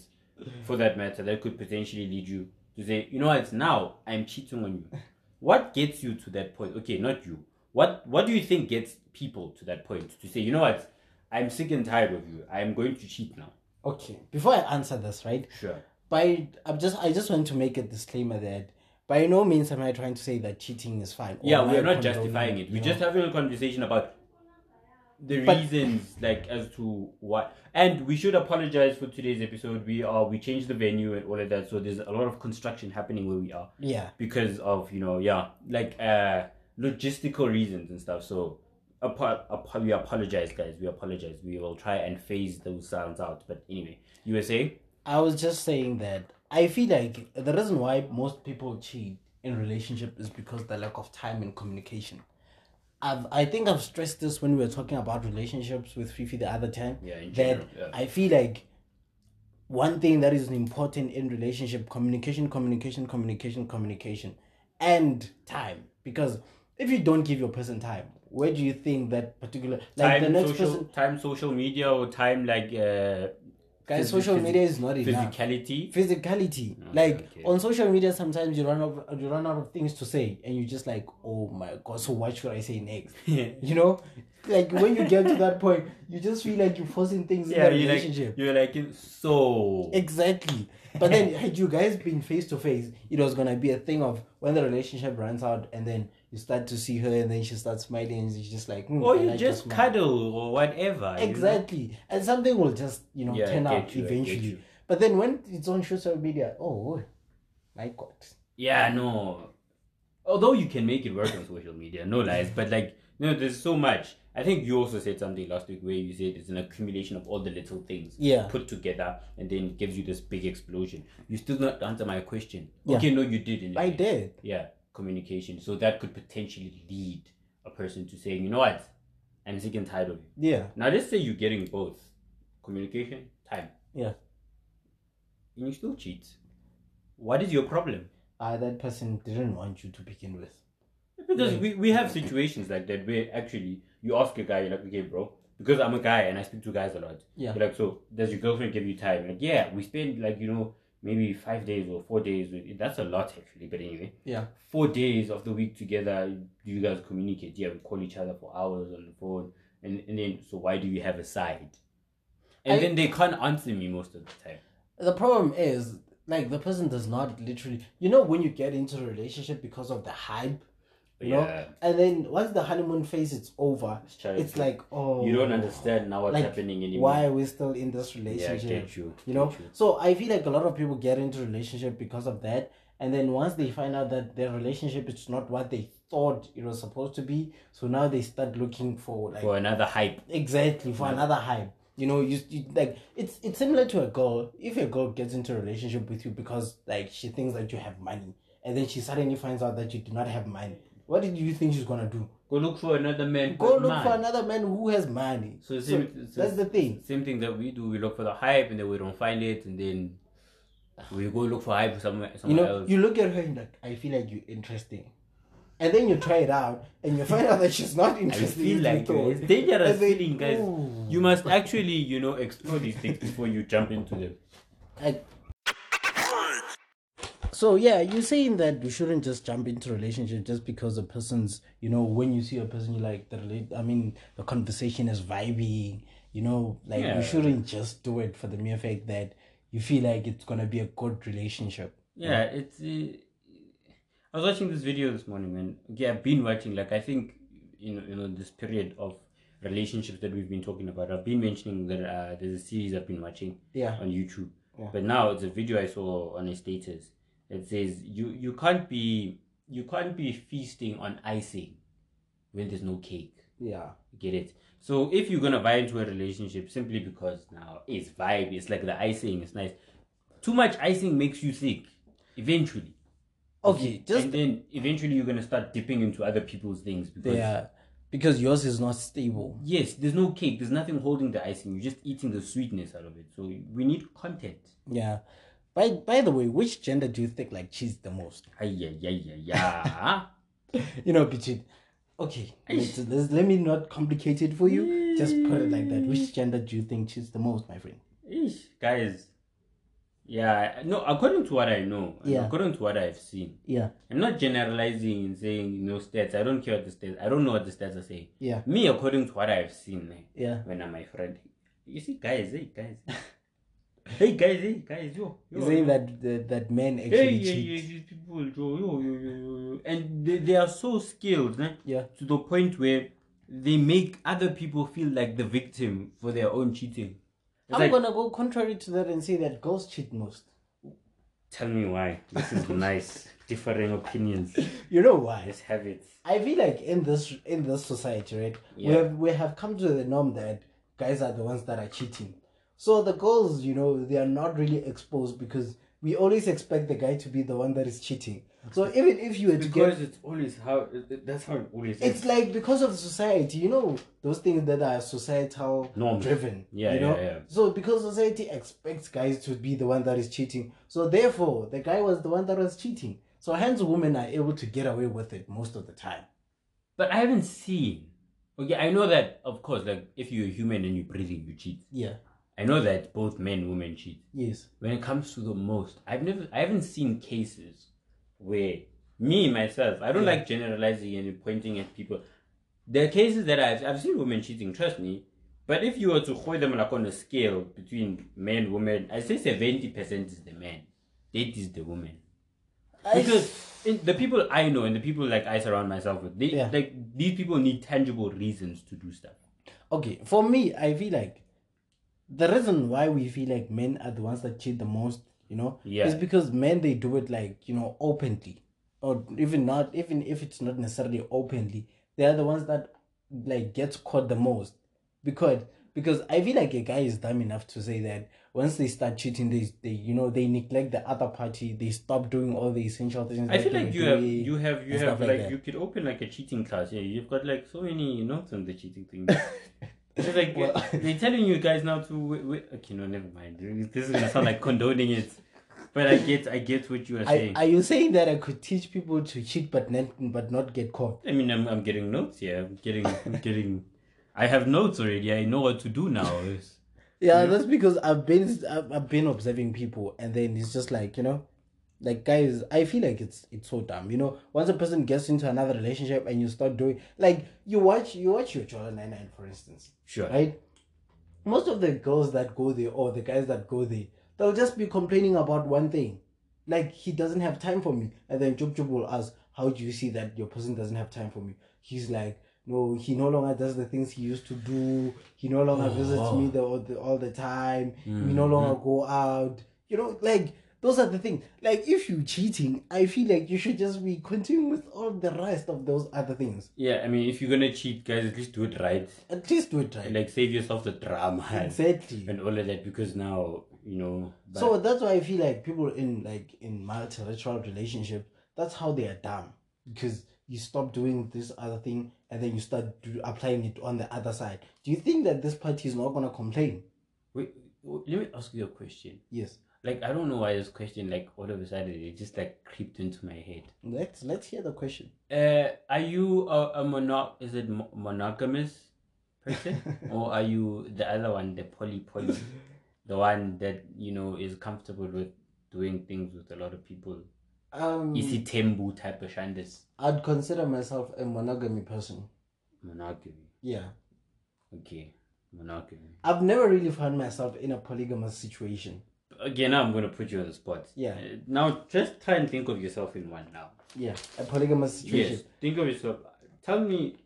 Speaker 1: for that matter, that could potentially lead you to say, you know what, now I'm cheating on you. What gets you to that point? Okay, not you. What What do you think gets people to that point to say, you know what, I'm sick and tired of you. I'm going to cheat now.
Speaker 2: okay. Before I answer this, right?
Speaker 1: Sure.
Speaker 2: By I'm just I just want to make a disclaimer that by no means am I trying to say that cheating is fine. or
Speaker 1: Yeah, we
Speaker 2: I
Speaker 1: are not
Speaker 2: condone
Speaker 1: justifying it.
Speaker 2: you
Speaker 1: We're
Speaker 2: know?
Speaker 1: just having a conversation about the
Speaker 2: But-
Speaker 1: reasons, like as to why. And we should apologize for today's episode. We are we changed the venue and all of that, so there's a lot of construction happening where we are
Speaker 2: yeah.
Speaker 1: because of you know yeah like uh logistical reasons and stuff. So apart, apart we apologize, guys. We apologize. We will try and phase those sounds out. But anyway, you were saying
Speaker 2: I was just saying that I feel like the reason why most people cheat in relationship is because the lack of time and communication. I've, I think I've stressed this when we were talking about relationships with Fifi the other time.
Speaker 1: Yeah, in
Speaker 2: that
Speaker 1: general, yeah.
Speaker 2: I feel like one thing that is important in relationship communication, communication, communication, communication, and time. Because if you don't give your person time, where do you think that particular like
Speaker 1: time
Speaker 2: the next
Speaker 1: social
Speaker 2: person
Speaker 1: time social media or time like uh
Speaker 2: guys?
Speaker 1: physi-
Speaker 2: Social
Speaker 1: physi-
Speaker 2: media is not enough.
Speaker 1: physicality.
Speaker 2: physicality like
Speaker 1: Oh, okay.
Speaker 2: on social media sometimes you run out you run out of things to say and you're just like oh my god so what should i say next you know like when you get to that point you just feel like you're forcing things
Speaker 1: yeah,
Speaker 2: in the
Speaker 1: you're
Speaker 2: relationship
Speaker 1: like you're like in- so
Speaker 2: exactly but then had you guys been face to face it was gonna be a thing of when the relationship runs out and then you start to see her and then she starts smiling and she's just like hmm,
Speaker 1: or
Speaker 2: I
Speaker 1: you
Speaker 2: like your
Speaker 1: just
Speaker 2: smile.
Speaker 1: cuddle or whatever. you know?
Speaker 2: Exactly. And something will just, you know,
Speaker 1: Yeah, I
Speaker 2: turn
Speaker 1: get
Speaker 2: out
Speaker 1: you, I get
Speaker 2: eventually.
Speaker 1: you.
Speaker 2: But then when it's on social media, oh, my God.
Speaker 1: Yeah, no. Although you can make it work on social media, no lies. But like, no, there's so much. I think you also said something last week where you said it's an accumulation of all the little things
Speaker 2: Yeah.
Speaker 1: put together, and then it gives you this big explosion. You still not answer my question.
Speaker 2: Yeah.
Speaker 1: Okay, no, you didn't.
Speaker 2: I did.
Speaker 1: Yeah, communication. So that could potentially lead a person to saying, you know what, I'm sick and tired of you.
Speaker 2: Yeah.
Speaker 1: Now let's say you're getting both communication, time,
Speaker 2: Yeah.
Speaker 1: and you still cheat. What is your problem?
Speaker 2: Uh, that person didn't want you to begin with.
Speaker 1: Because we, we have situations like that where actually you ask a guy, you're like, okay, bro, because I'm a guy and I speak to guys a lot.
Speaker 2: Yeah.
Speaker 1: You're like, so does your girlfriend give you time? Like, yeah, we spend like, you know, maybe five days or four days. with- That's a lot actually, but anyway.
Speaker 2: Yeah.
Speaker 1: Four days of the week together, you guys communicate. Yeah, we call each other for hours on the phone. And, and then, so why do you have a side? And
Speaker 2: I-
Speaker 1: then they can't answer me most of the time.
Speaker 2: The problem is, like, the person does not literally. You know, when you get into a relationship because of the hype, you know?
Speaker 1: Yeah.
Speaker 2: And then once the honeymoon phase is over,
Speaker 1: It's childhood.
Speaker 2: it's like, oh.
Speaker 1: You don't understand now what's
Speaker 2: like,
Speaker 1: happening anymore.
Speaker 2: Why are we still in this relationship?
Speaker 1: get you,
Speaker 2: You know,
Speaker 1: get you.
Speaker 2: so I feel like a lot of people get into relationship because of that, and then once they find out that their relationship is not what they thought it was supposed to be, so now they start looking for like
Speaker 1: For another hype.
Speaker 2: exactly for another hype. You know, you, you like it's it's similar to a girl. If a girl gets into a relationship with you because like she thinks that you have money, and then she suddenly finds out that you do not have money, what did you think she's gonna do?
Speaker 1: Go look for another man.
Speaker 2: Go
Speaker 1: but
Speaker 2: look for
Speaker 1: man.
Speaker 2: another man who has money.
Speaker 1: So,
Speaker 2: So
Speaker 1: same, so
Speaker 2: that's the thing.
Speaker 1: Same thing that we do. We look for the hype, and then we don't find it, and then We go look for hype somewhere,
Speaker 2: You
Speaker 1: somewhere
Speaker 2: know,
Speaker 1: else.
Speaker 2: you look at her and like, I feel like you're interesting. And then you try it out and you find out that she's not
Speaker 1: I
Speaker 2: interesting.
Speaker 1: feel
Speaker 2: You
Speaker 1: like
Speaker 2: throw
Speaker 1: you-
Speaker 2: it.
Speaker 1: it's dangerous
Speaker 2: And then-
Speaker 1: feeling, guys.
Speaker 2: Ooh.
Speaker 1: You must actually, you know, explore these things before you jump into them.
Speaker 2: Like- so yeah, you're saying that we shouldn't just jump into relationship just because a person's you know when you see a person you like the relate. I mean the conversation is vibing. You know, like
Speaker 1: Yeah.
Speaker 2: you shouldn't just do it for the mere fact that you feel like it's gonna be a good relationship.
Speaker 1: Yeah, it's. Uh, I was watching this video this morning, and yeah, I've been watching. Like, I think you know, you know, this period of relationships that we've been talking about. I've been mentioning that uh, there's a series I've been watching
Speaker 2: Yeah.
Speaker 1: on YouTube,
Speaker 2: Yeah.
Speaker 1: but now it's a video I saw on a status. It says you you can't be you can't be feasting on icing when there's no cake.
Speaker 2: Yeah.
Speaker 1: Get it? So if you're gonna buy into a relationship simply because now it's vibe, it's like the icing, it's nice. Too much icing makes you sick. Eventually.
Speaker 2: Okay. Just
Speaker 1: and then eventually you're gonna start dipping into other people's things because
Speaker 2: yeah, because yours is not stable.
Speaker 1: yes, there's no cake, there's nothing holding the icing. You're just eating the sweetness out of it. So we need content.
Speaker 2: Yeah. By by the way, which gender do you think like cheats the most?
Speaker 1: Ay, yeah, yeah, yeah, yeah.
Speaker 2: you know between okay let's, let's, let me not complicate it for you just put it like that which gender do you think cheats the most my friend
Speaker 1: Ish, guys. Yeah, no, according to what I know, and
Speaker 2: Yeah.
Speaker 1: according to what I've seen,
Speaker 2: yeah
Speaker 1: I'm not generalizing and saying, you know, stats. I don't care what the stats, I don't know what the stats are saying.
Speaker 2: yeah
Speaker 1: Me, according to what I've seen, eh,
Speaker 2: yeah
Speaker 1: when I'm my friend, you see, guys, hey, guys. hey, guys, hey, guys, yo. yo
Speaker 2: you saying that that, that men actually
Speaker 1: Hey, yeah, yeah,
Speaker 2: cheat
Speaker 1: these people, yo, yo, yo, yo, yo, yo. And they, they are so skilled, eh,
Speaker 2: yeah
Speaker 1: to the point where they make other people feel like the victim for their own cheating. It's
Speaker 2: i'm
Speaker 1: like-
Speaker 2: gonna go contrary to that and say that girls cheat most
Speaker 1: Tell me why. This is nice. Differing opinions.
Speaker 2: you know why
Speaker 1: Let's have it.
Speaker 2: i feel like in this in this society right we
Speaker 1: Yeah.
Speaker 2: have we have come to the norm that guys are the ones that are cheating so the girls you know they are not really exposed because we always expect the guy to be the one that is cheating so even if you were to get
Speaker 1: Because it's always how that's how it always
Speaker 2: it's
Speaker 1: is.
Speaker 2: like because of society, you know, those things that are societal
Speaker 1: Norms.
Speaker 2: driven.
Speaker 1: Yeah,
Speaker 2: you know?
Speaker 1: yeah, yeah.
Speaker 2: So because society expects guys to be the one that is cheating, so therefore the guy was the one that was cheating. So hence women are able to get away with it most of the time.
Speaker 1: But I haven't seen. Okay, I know that of course, like if you're human and you're breathing, you cheat.
Speaker 2: Yeah.
Speaker 1: I know that both men and women cheat.
Speaker 2: Yes.
Speaker 1: When it comes to the most, I've never I haven't seen cases where me myself, I don't
Speaker 2: Yeah.
Speaker 1: like generalizing and pointing at people. There are cases that I've I've seen women cheating, trust me. But if you were to hold them like on a scale between men, women, I say seventy percent is the man, eighty is the woman.
Speaker 2: I-
Speaker 1: Because in, the people I know and the people like I surround myself with, they
Speaker 2: Yeah.
Speaker 1: like these people need tangible reasons to do stuff.
Speaker 2: okay, for me, I feel like the reason why we feel like men are the ones that cheat the most, you know,
Speaker 1: Yeah.
Speaker 2: is because men they do it like you know openly, or even not even if it's not necessarily openly, they are the ones that like gets caught the most, because because I feel like a guy is dumb enough to say that once they start cheating, they they you know they neglect the other party, they stop doing all the essential things.
Speaker 1: I
Speaker 2: that
Speaker 1: feel
Speaker 2: they
Speaker 1: like
Speaker 2: were
Speaker 1: you have
Speaker 2: doing.
Speaker 1: you have you
Speaker 2: and
Speaker 1: have
Speaker 2: stuff like
Speaker 1: like,
Speaker 2: that.
Speaker 1: you could open like a cheating class. Yeah, you've got like so many notes on the cheating thing. it's like
Speaker 2: Well-
Speaker 1: uh, they're telling you guys now to wait, wait. okay, no, never mind. This is gonna sound like condoning it, but I get I get what you are
Speaker 2: I,
Speaker 1: saying. I,
Speaker 2: are you saying that I could teach people to cheat but not but not get caught?
Speaker 1: mean, I'm I'm getting notes. Yeah, I'm getting I'm getting. I have notes already. I know what to do now. It's-
Speaker 2: Yeah, that's because I've been I've, I've been observing people, and then it's just like you know, like guys, I feel like it's it's so dumb. You know, once a person gets into another relationship and you start doing like you watch you watch your Jordan Nine Nine for instance,
Speaker 1: Sure.
Speaker 2: right? Most of the girls that go there or the guys that go there, they'll just be complaining about one thing, like he doesn't have time for me, and then Jub Jub will ask, how do you see that your person doesn't have time for me? He's like. No, he no longer does the things he used to do. He no longer visits
Speaker 1: Oh, wow. Mm-hmm.
Speaker 2: me the, all the all the time. We no longer go out. You know, like those are the things. Like if you cheating, I feel like you should just be continuing with all the rest of those other things.
Speaker 1: yeah, I mean, if you're gonna cheat, guys, at least do it right.
Speaker 2: At least do it right.
Speaker 1: Like save yourself the drama and,
Speaker 2: exactly.
Speaker 1: and all of that because now you know. but-
Speaker 2: So that's why I feel like people in like in multilateral relationship, that's how they are dumb because you stop doing this other thing and then you start do, applying it on the other side. Do you think that this party is not gonna complain?
Speaker 1: Wait, w- let me ask you a question.
Speaker 2: Yes.
Speaker 1: Like I don't know why this question like all of a sudden it just like creeped into my head.
Speaker 2: Let's let's hear the question.
Speaker 1: Uh, are you a, a monog? Is it mo- monogamous person, or are you the other one, the poly poly, the one that you know is comfortable with doing things with a lot of people?
Speaker 2: Um,
Speaker 1: Is he tembu type of shandis
Speaker 2: I'd consider myself a monogamy person.
Speaker 1: monogamy?
Speaker 2: Yeah,
Speaker 1: Okay, monogamy.
Speaker 2: I've never really found myself in a polygamous situation.
Speaker 1: Again, now I'm gonna put you on the spot.
Speaker 2: Yeah.
Speaker 1: Uh, now just try and think of yourself in one now.
Speaker 2: Yeah, a
Speaker 1: Yes.
Speaker 2: polygamous situation.
Speaker 1: Think of yourself. Tell me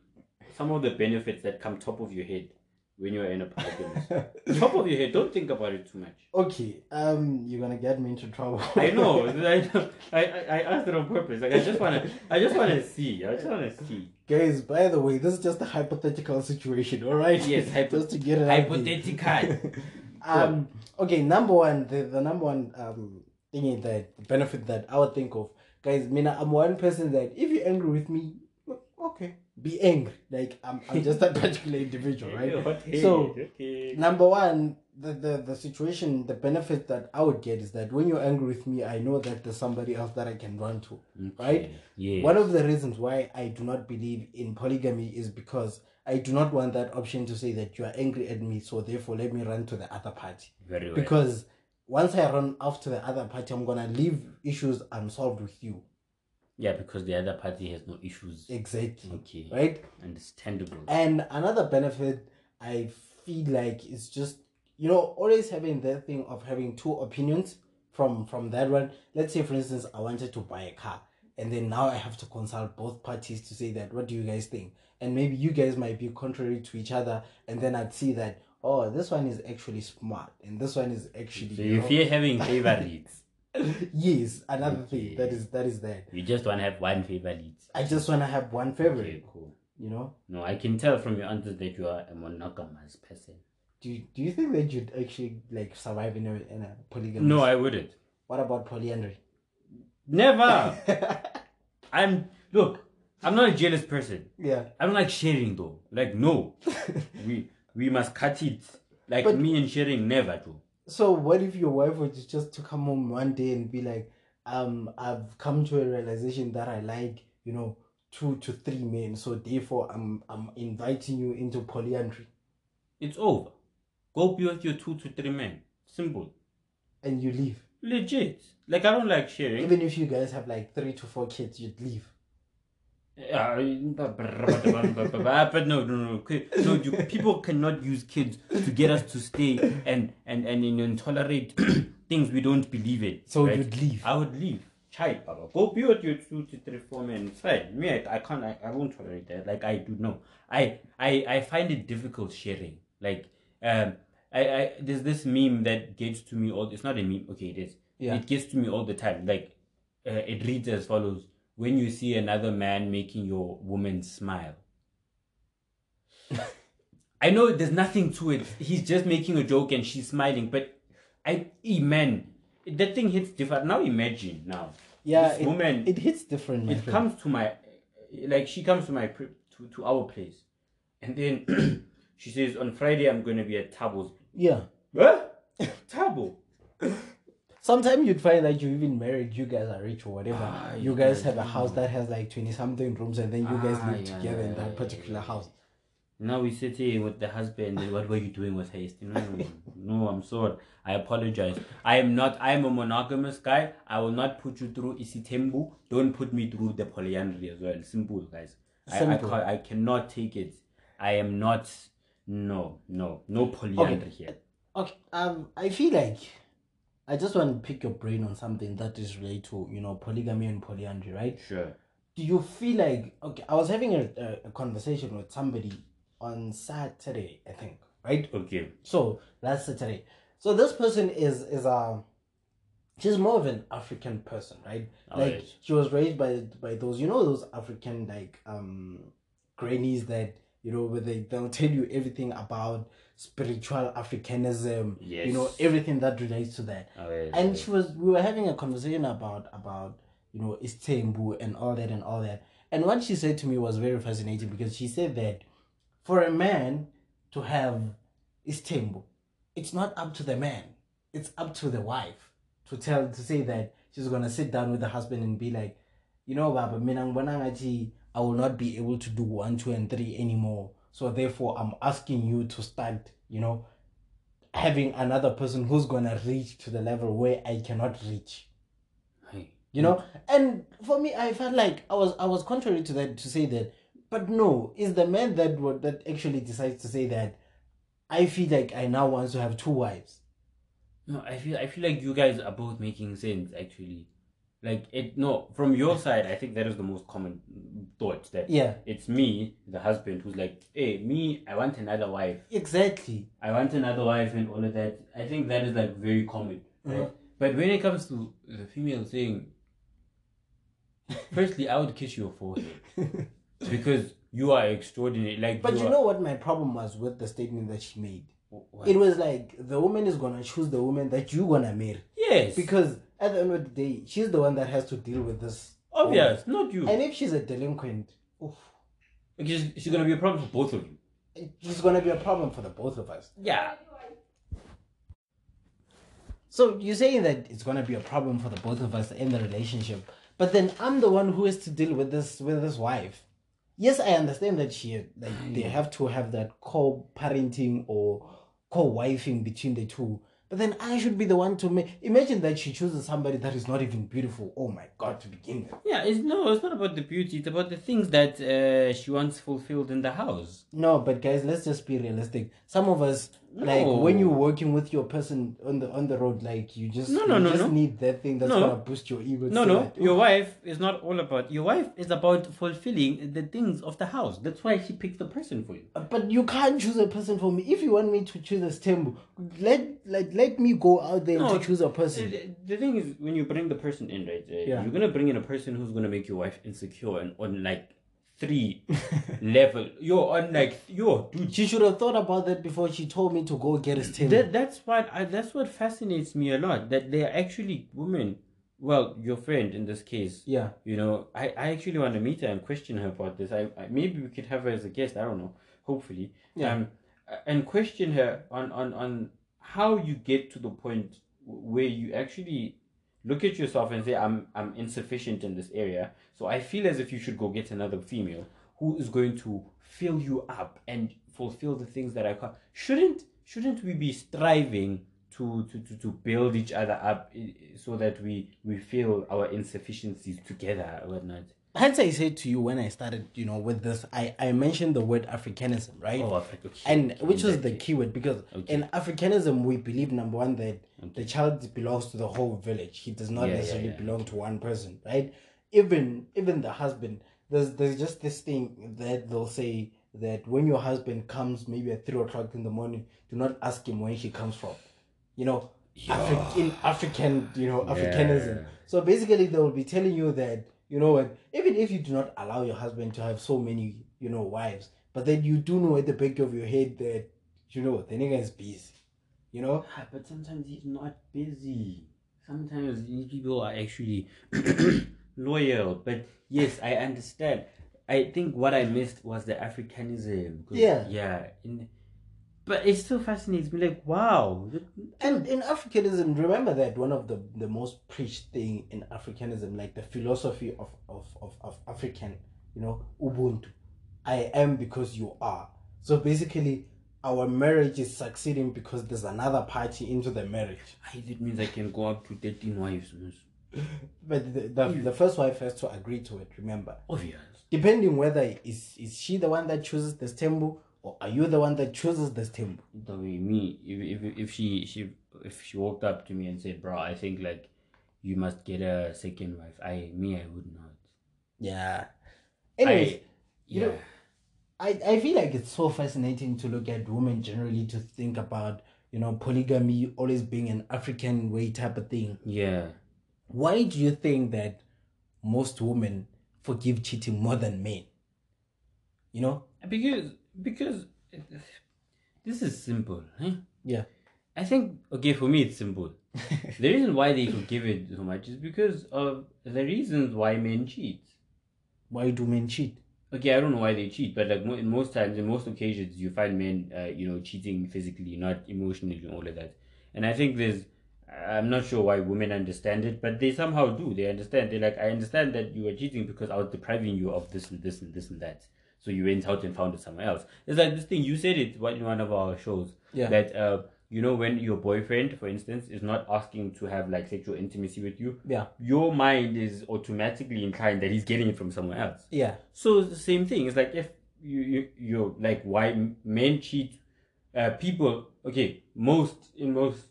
Speaker 1: some of the benefits that come top of your head when you're in a polygamous. top of your head. Don't think about it too much.
Speaker 2: okay, um, you're gonna get me into trouble.
Speaker 1: I know. I, know. I, I I asked it on purpose. Like I just wanna. I just wanna see. I just wanna see.
Speaker 2: Guys, by the way, this is just a hypothetical situation, all right?
Speaker 1: Yes, hypo-
Speaker 2: just to get it out there.
Speaker 1: Hypothetical.
Speaker 2: um, okay, number one, the, the number one um thingy that the benefit that I would think of, guys. Mina, I'm one person that if you're angry with me, okay, be angry. Like I'm, I'm just a particular individual, right?
Speaker 1: Okay,
Speaker 2: So,
Speaker 1: okay.
Speaker 2: Number one, the, the, the situation, the benefit that I would get is that when you're angry with me, I know that there's somebody else that I can run to, right?
Speaker 1: Yeah.
Speaker 2: One of the reasons why I do not believe in polygamy is because I do not want that option to say that you are angry at me, so therefore let me run to the other party.
Speaker 1: Very well.
Speaker 2: Because once I run off to the other party, I'm gonna leave issues unsolved with you.
Speaker 1: yeah, because the other party has no issues.
Speaker 2: Exactly.
Speaker 1: Okay.
Speaker 2: Right?
Speaker 1: Understandable.
Speaker 2: And another benefit I feel like is just you know always having that thing of having two opinions from from that one. Let's say for instance I wanted to buy a car and then now I have to consult both parties to say that what do you guys think? And maybe you guys might be contrary to each other and then I'd see that oh this one is actually smart and this one is actually
Speaker 1: so
Speaker 2: you
Speaker 1: you
Speaker 2: know-
Speaker 1: fear having favorites.
Speaker 2: yes another thing that
Speaker 1: Okay.
Speaker 2: is that is that.
Speaker 1: you just wanna have one favorite.
Speaker 2: I just wanna have one favorite,
Speaker 1: Okay, cool.
Speaker 2: you know.
Speaker 1: No, I can tell from your answers that you are a monogamous person.
Speaker 2: Do you, do you think that you'd actually like survive in a in a polygamous?
Speaker 1: No, I wouldn't.
Speaker 2: What about polyandry?
Speaker 1: Never. I'm look. I'm not a jealous person.
Speaker 2: yeah.
Speaker 1: I don't like sharing though. Like no, we we must cut it. Like
Speaker 2: But-
Speaker 1: me and sharing never do.
Speaker 2: So what if your wife were to just to come home one day and be like, um, I've come to a realization that I like, you know, two to three men, so therefore I'm I'm inviting you into polyandry.
Speaker 1: It's over. Go be with your two to three men. Simple.
Speaker 2: And you leave.
Speaker 1: Legit. Like I don't like sharing.
Speaker 2: Even if you guys have like three to four kids, you'd leave.
Speaker 1: Uh, but no, no, no, okay. no. You, people cannot use kids to get us to stay and and and, and, tolerate things we don't believe in.
Speaker 2: So
Speaker 1: right?
Speaker 2: you'd leave.
Speaker 1: I would leave. Chai, Baba. Go be with your two to three, four men. It's fine. Me, I, I can't, I, I won't tolerate that. Like, I do know. I, I, I find it difficult sharing. Like, um, I, I, there's this meme that gets to me all, it's not a meme, okay, it is.
Speaker 2: Yeah.
Speaker 1: It gets to me all the time. Like, uh, it reads as follows When you see another man making your woman smile. I know there's nothing to it. He's just making a joke and she's smiling, but I, eh, man, that thing hits different. Now imagine now.
Speaker 2: Yeah,
Speaker 1: this
Speaker 2: it,
Speaker 1: woman,
Speaker 2: it hits different, my
Speaker 1: it
Speaker 2: friend.
Speaker 1: comes to my like she comes to my pri- to, to our place and then she says on friday i'm going to be at tabo's
Speaker 2: yeah.
Speaker 1: huh? tabo
Speaker 2: Sometimes you'd find that you're even married, you guys are rich or whatever.
Speaker 1: Ah,
Speaker 2: you
Speaker 1: yeah,
Speaker 2: guys have a house that has like 20 something rooms and then you guys
Speaker 1: Ah,
Speaker 2: live
Speaker 1: yeah,
Speaker 2: together in
Speaker 1: yeah,
Speaker 2: that
Speaker 1: yeah,
Speaker 2: particular house.
Speaker 1: now we sit here with the husband and what were you doing with her yesterday? no, no i'm sorry i apologize i am not i am a monogamous guy i will not put you through isitembu don't put me through the polyandry as well simple guys I, I,
Speaker 2: Simple.
Speaker 1: can I cannot take it i am not no no no polyandry here
Speaker 2: Okay, um, I feel like I just want to pick your brain on something that is related to, you know, polygamy and polyandry, right?
Speaker 1: sure
Speaker 2: Do you feel like, okay, I was having a, a, a conversation with somebody on Saturday, I think, right?
Speaker 1: okay
Speaker 2: So last Saturday. So this person is is a she's more of an African person, right? like
Speaker 1: Alright.
Speaker 2: she was raised by by those you know those African like um grannies that you know where they they'll tell you everything about spiritual Africanism, you know
Speaker 1: Yes.
Speaker 2: everything that relates to that.
Speaker 1: Alright,
Speaker 2: And
Speaker 1: alright.
Speaker 2: she was we were having a conversation about about you know Istanbul and all that and all that. And what she said to me was very fascinating because she said that for a man to have Istanbul, it's not up to the man. It's up to the wife. to tell to say that she's gonna sit down with the husband and be like, you know, Baba, mina ngibona ngathi I will not be able to do one, two, and three anymore. So therefore, I'm asking you to start, you know, having another person who's gonna reach to the level where I cannot reach.
Speaker 1: Hey.
Speaker 2: You know, and for me, I felt like I was I was contrary to that to say that, but no, is the man that would that actually decides to say that. I feel like I now want to have two wives.
Speaker 1: No, I feel I feel like you guys are both making sense actually. Like it no, from your side I think that is the most common thought that
Speaker 2: Yeah,
Speaker 1: it's me, the husband, who's like, Hey, me, I want another wife.
Speaker 2: exactly.
Speaker 1: I want another wife and all of that. I think that is like very common.
Speaker 2: Mm-hmm.
Speaker 1: Right? But when it comes to the female thing, firstly I would kiss your forehead. because you are extraordinary. Like
Speaker 2: But you
Speaker 1: are-
Speaker 2: know what my problem was with the statement that she made?
Speaker 1: Wha-
Speaker 2: It was like the woman is gonna choose the woman that you gonna marry
Speaker 1: Yes.
Speaker 2: because at the end of the day, she's the one that has to deal with this.
Speaker 1: obvious, not you.
Speaker 2: oh. And if she's a delinquent, oh, oof,
Speaker 1: Because she's gonna be a problem for both of you.
Speaker 2: it's gonna be a problem for the both of us.
Speaker 1: Yeah.
Speaker 2: So you're saying that it's gonna be a problem for the both of us in the relationship, but then I'm the one who has to deal with this with this wife. Yes, I understand that she like they have to have that co-parenting or co-wifing between the two. But then I should be the one to make. Imagine that she chooses somebody that is not even beautiful. Oh my god, to begin with.
Speaker 1: Yeah, it's no, it's not about the beauty. It's about the things that uh, she wants fulfilled in the house.
Speaker 2: No, but guys, let's just be realistic. Some of us, like
Speaker 1: No.
Speaker 2: when you're working with your person on the on the road, like you just
Speaker 1: No, no,
Speaker 2: you
Speaker 1: no,
Speaker 2: just
Speaker 1: no.
Speaker 2: need that thing that's
Speaker 1: No.
Speaker 2: gonna boost your ego.
Speaker 1: No,
Speaker 2: so
Speaker 1: no,
Speaker 2: that-
Speaker 1: your wife is not all about. Your wife is about fulfilling the things of the house. That's why she picked the person for you.
Speaker 2: But you can't choose a person for me. If you want me to choose a Stembu, let let let me go out there
Speaker 1: No,
Speaker 2: to choose a
Speaker 1: The,
Speaker 2: person.
Speaker 1: the thing is, when you bring the person in, right? Uh,
Speaker 2: Yeah.
Speaker 1: You're gonna bring in a person who's gonna make your wife insecure and on like three level. You're on like yo, dude.
Speaker 2: She should have thought about that before she told me to go get a Stembu.
Speaker 1: That, that's what I, that's what fascinates me a lot. That they are actually women. Well, your friend in this case.
Speaker 2: yeah,
Speaker 1: You know, I, I actually want to meet her and question her about this. I, I maybe we could have her as a guest. I don't know. Hopefully,
Speaker 2: Yeah.
Speaker 1: Um, and question her on on on how you get to the point where you actually look at yourself and say, "I'm I'm insufficient in this area," so I feel as if you should go get another female who is going to fill you up and fulfill the things that I can Shouldn't shouldn't we be striving? To, to, to, to build each other up eh, eh, so that we, we feel our insufficiencies together or whatnot.
Speaker 2: hence I said to you when I started, you know, with this, I I mentioned the word Africanism, right?
Speaker 1: Oh, Africa. okay,
Speaker 2: and
Speaker 1: okay,
Speaker 2: which was
Speaker 1: okay.
Speaker 2: the keyword because
Speaker 1: Okay.
Speaker 2: in Africanism we believe number one that the child belongs to the whole village. He does not
Speaker 1: Yeah, yeah,
Speaker 2: necessarily
Speaker 1: yeah.
Speaker 2: belong to one person, right? Even even the husband. There's there's just this thing that they'll say that when your husband comes maybe at three o'clock in the morning, do not ask him where he comes from. You know, Afri- in African, you know, Africanism.
Speaker 1: Yeah.
Speaker 2: So basically, they will be telling you that you know what, even if you do not allow your husband to have so many, you know, wives, but then you do know at the back of your head that you know the nigga is busy, you know.
Speaker 1: Ah, but sometimes he's not busy. Sometimes these people are actually loyal. But yes, I understand. I think what I missed was the Africanism. 'cause-
Speaker 2: Yeah.
Speaker 1: Yeah. In, but it still fascinates me. Like, wow.
Speaker 2: And in Africanism, remember that one of the the most preached thing in Africanism, like the philosophy of of of, of African, you know, Ubuntu, I am because you are. So basically. Our marriage is succeeding because there's another party into the marriage.
Speaker 1: I, it means I can go up to 13 wives. miss.
Speaker 2: But the, the, the first wife has to agree to it, remember.
Speaker 1: Obvious.
Speaker 2: Depending whether is is she the one that chooses the stembu or are you the one that chooses the stembu?
Speaker 1: The way me, if, if, if she she if she walked up to me and said, "Bro, I think like you must get a second wife," I me I would not.
Speaker 2: Yeah. Anyways,
Speaker 1: I,
Speaker 2: you
Speaker 1: yeah.
Speaker 2: know, I, I feel like it's so fascinating to look at women generally to think about, you know, polygamy always being an African way type of thing.
Speaker 1: yeah.
Speaker 2: Why do you think that most women forgive cheating more than men? You know?
Speaker 1: because because this is simple eh?
Speaker 2: Yeah.
Speaker 1: i think okay for me it's simple the reason why they forgive it so much is because of the reasons why men cheat
Speaker 2: Why do men cheat?
Speaker 1: okay i don't know why they cheat but like mo- in most times in most occasions you find men uh, you know cheating physically not emotionally and all of that and i think there's I'm not sure why women understand it, but they somehow do. They understand. They're like, I understand that you were cheating because I was depriving you of this and this and this and that. So you went out and found it somewhere else. It's like this thing you said it one- in one of our shows
Speaker 2: Yeah.
Speaker 1: that uh, you know when your boyfriend, for instance, is not asking to have like sexual intimacy with you,
Speaker 2: Yeah.
Speaker 1: your mind is automatically inclined that he's getting it from somewhere else.
Speaker 2: Yeah.
Speaker 1: So it's the same thing. It's like if you you you like why m- men cheat, uh, people. Okay, most in most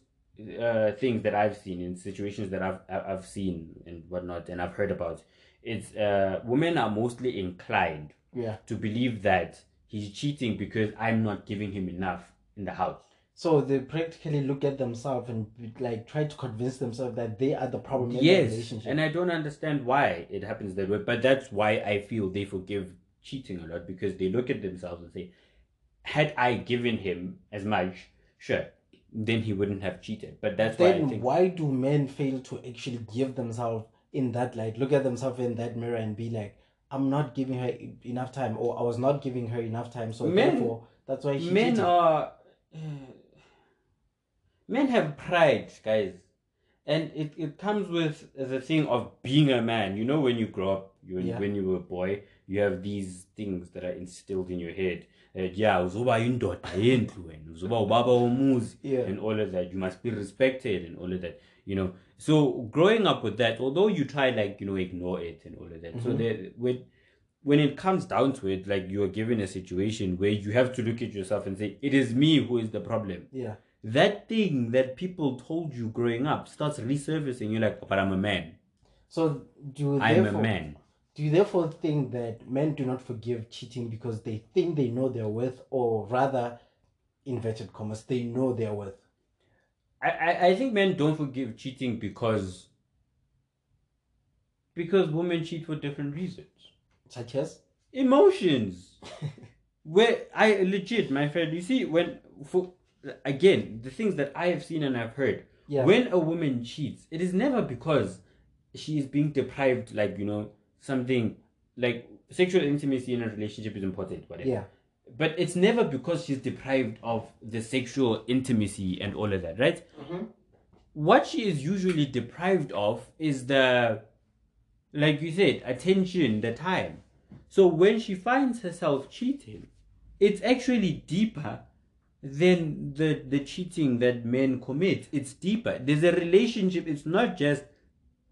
Speaker 1: uh things that I've seen in situations that I've I- I've seen and whatnot and I've heard about, it's uh women are mostly inclined
Speaker 2: Yeah.
Speaker 1: to believe that he's cheating because I'm not giving him enough in the house.
Speaker 2: So they practically look at themselves and like try to convince themselves that they are the problem in the
Speaker 1: yes,
Speaker 2: relationship.
Speaker 1: and I don't understand why it happens that way, but that's why I feel they forgive cheating a lot because they look at themselves and say, had I given him as much, sure, then he wouldn't have cheated. But that's why I
Speaker 2: then
Speaker 1: think
Speaker 2: why do men fail to actually give themselves in that light, look at themselves in that mirror and be like, I'm not giving her e- enough time, or I was not giving her enough time, so
Speaker 1: Men-
Speaker 2: therefore that's why she
Speaker 1: men
Speaker 2: cheated.
Speaker 1: are eh, men have pride, guys, and it, it comes with the thing of being a man. You know, when you grow up, you when,
Speaker 2: Yeah.
Speaker 1: when you were a boy, you have these things that are instilled in your head. That yeah, uzoba indoda yendlu wena, uzoba ubaba womuzi,
Speaker 2: Yeah.
Speaker 1: and all of that. You must be respected and all of that. You know, so growing up with that, although you try like you know ignore it and all of that, so
Speaker 2: Mhm.
Speaker 1: there with when it comes down to it, like you are given a situation where you have to look at yourself and say, it is me who is the problem.
Speaker 2: yeah.
Speaker 1: That thing that people told you growing up starts resurfacing. You're like, but I'm a man.
Speaker 2: So do you
Speaker 1: I'm a
Speaker 2: therefore-
Speaker 1: man.
Speaker 2: Do you therefore think that men do not forgive cheating because they think they know their worth, or rather, inverted commas, they know their worth?
Speaker 1: I, I, I think men don't forgive cheating because because women cheat for different reasons.
Speaker 2: Such as?
Speaker 1: Emotions. Where I legit, my friend, you see, when for again, the things that I have seen and I've heard,
Speaker 2: Yeah.
Speaker 1: when a woman cheats it is never because she is being deprived like you know something like sexual intimacy in a relationship is important whatever
Speaker 2: yeah.
Speaker 1: but it's never because she's deprived of the sexual intimacy and all of that right what she is usually deprived of is the like you said attention the time so when she finds herself cheating it's actually deeper than the the cheating that men commit it's deeper there's a relationship it's not just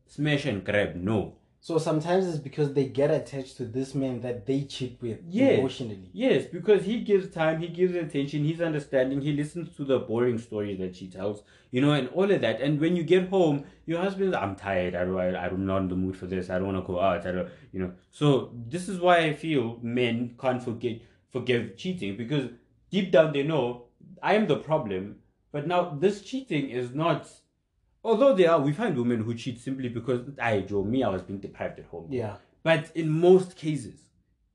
Speaker 1: smash and grab no
Speaker 2: So sometimes it's because they get attached to this man that they cheat with
Speaker 1: Yes.
Speaker 2: emotionally.
Speaker 1: Yes, because he gives time, he gives attention, he's understanding, he listens to the boring stories that she tells, you know, and all of that. And when you get home, your husband's, I'm tired, I, I, I'm not in the mood for this, I don't want to go out, I don't, you know. So this is why I feel men can't forget, forgive cheating because deep down they know I am the problem, but now this cheating is not. Although there are, we find women who cheat simply because I, Joe, me, I was being deprived at home.
Speaker 2: Yeah.
Speaker 1: But in most cases,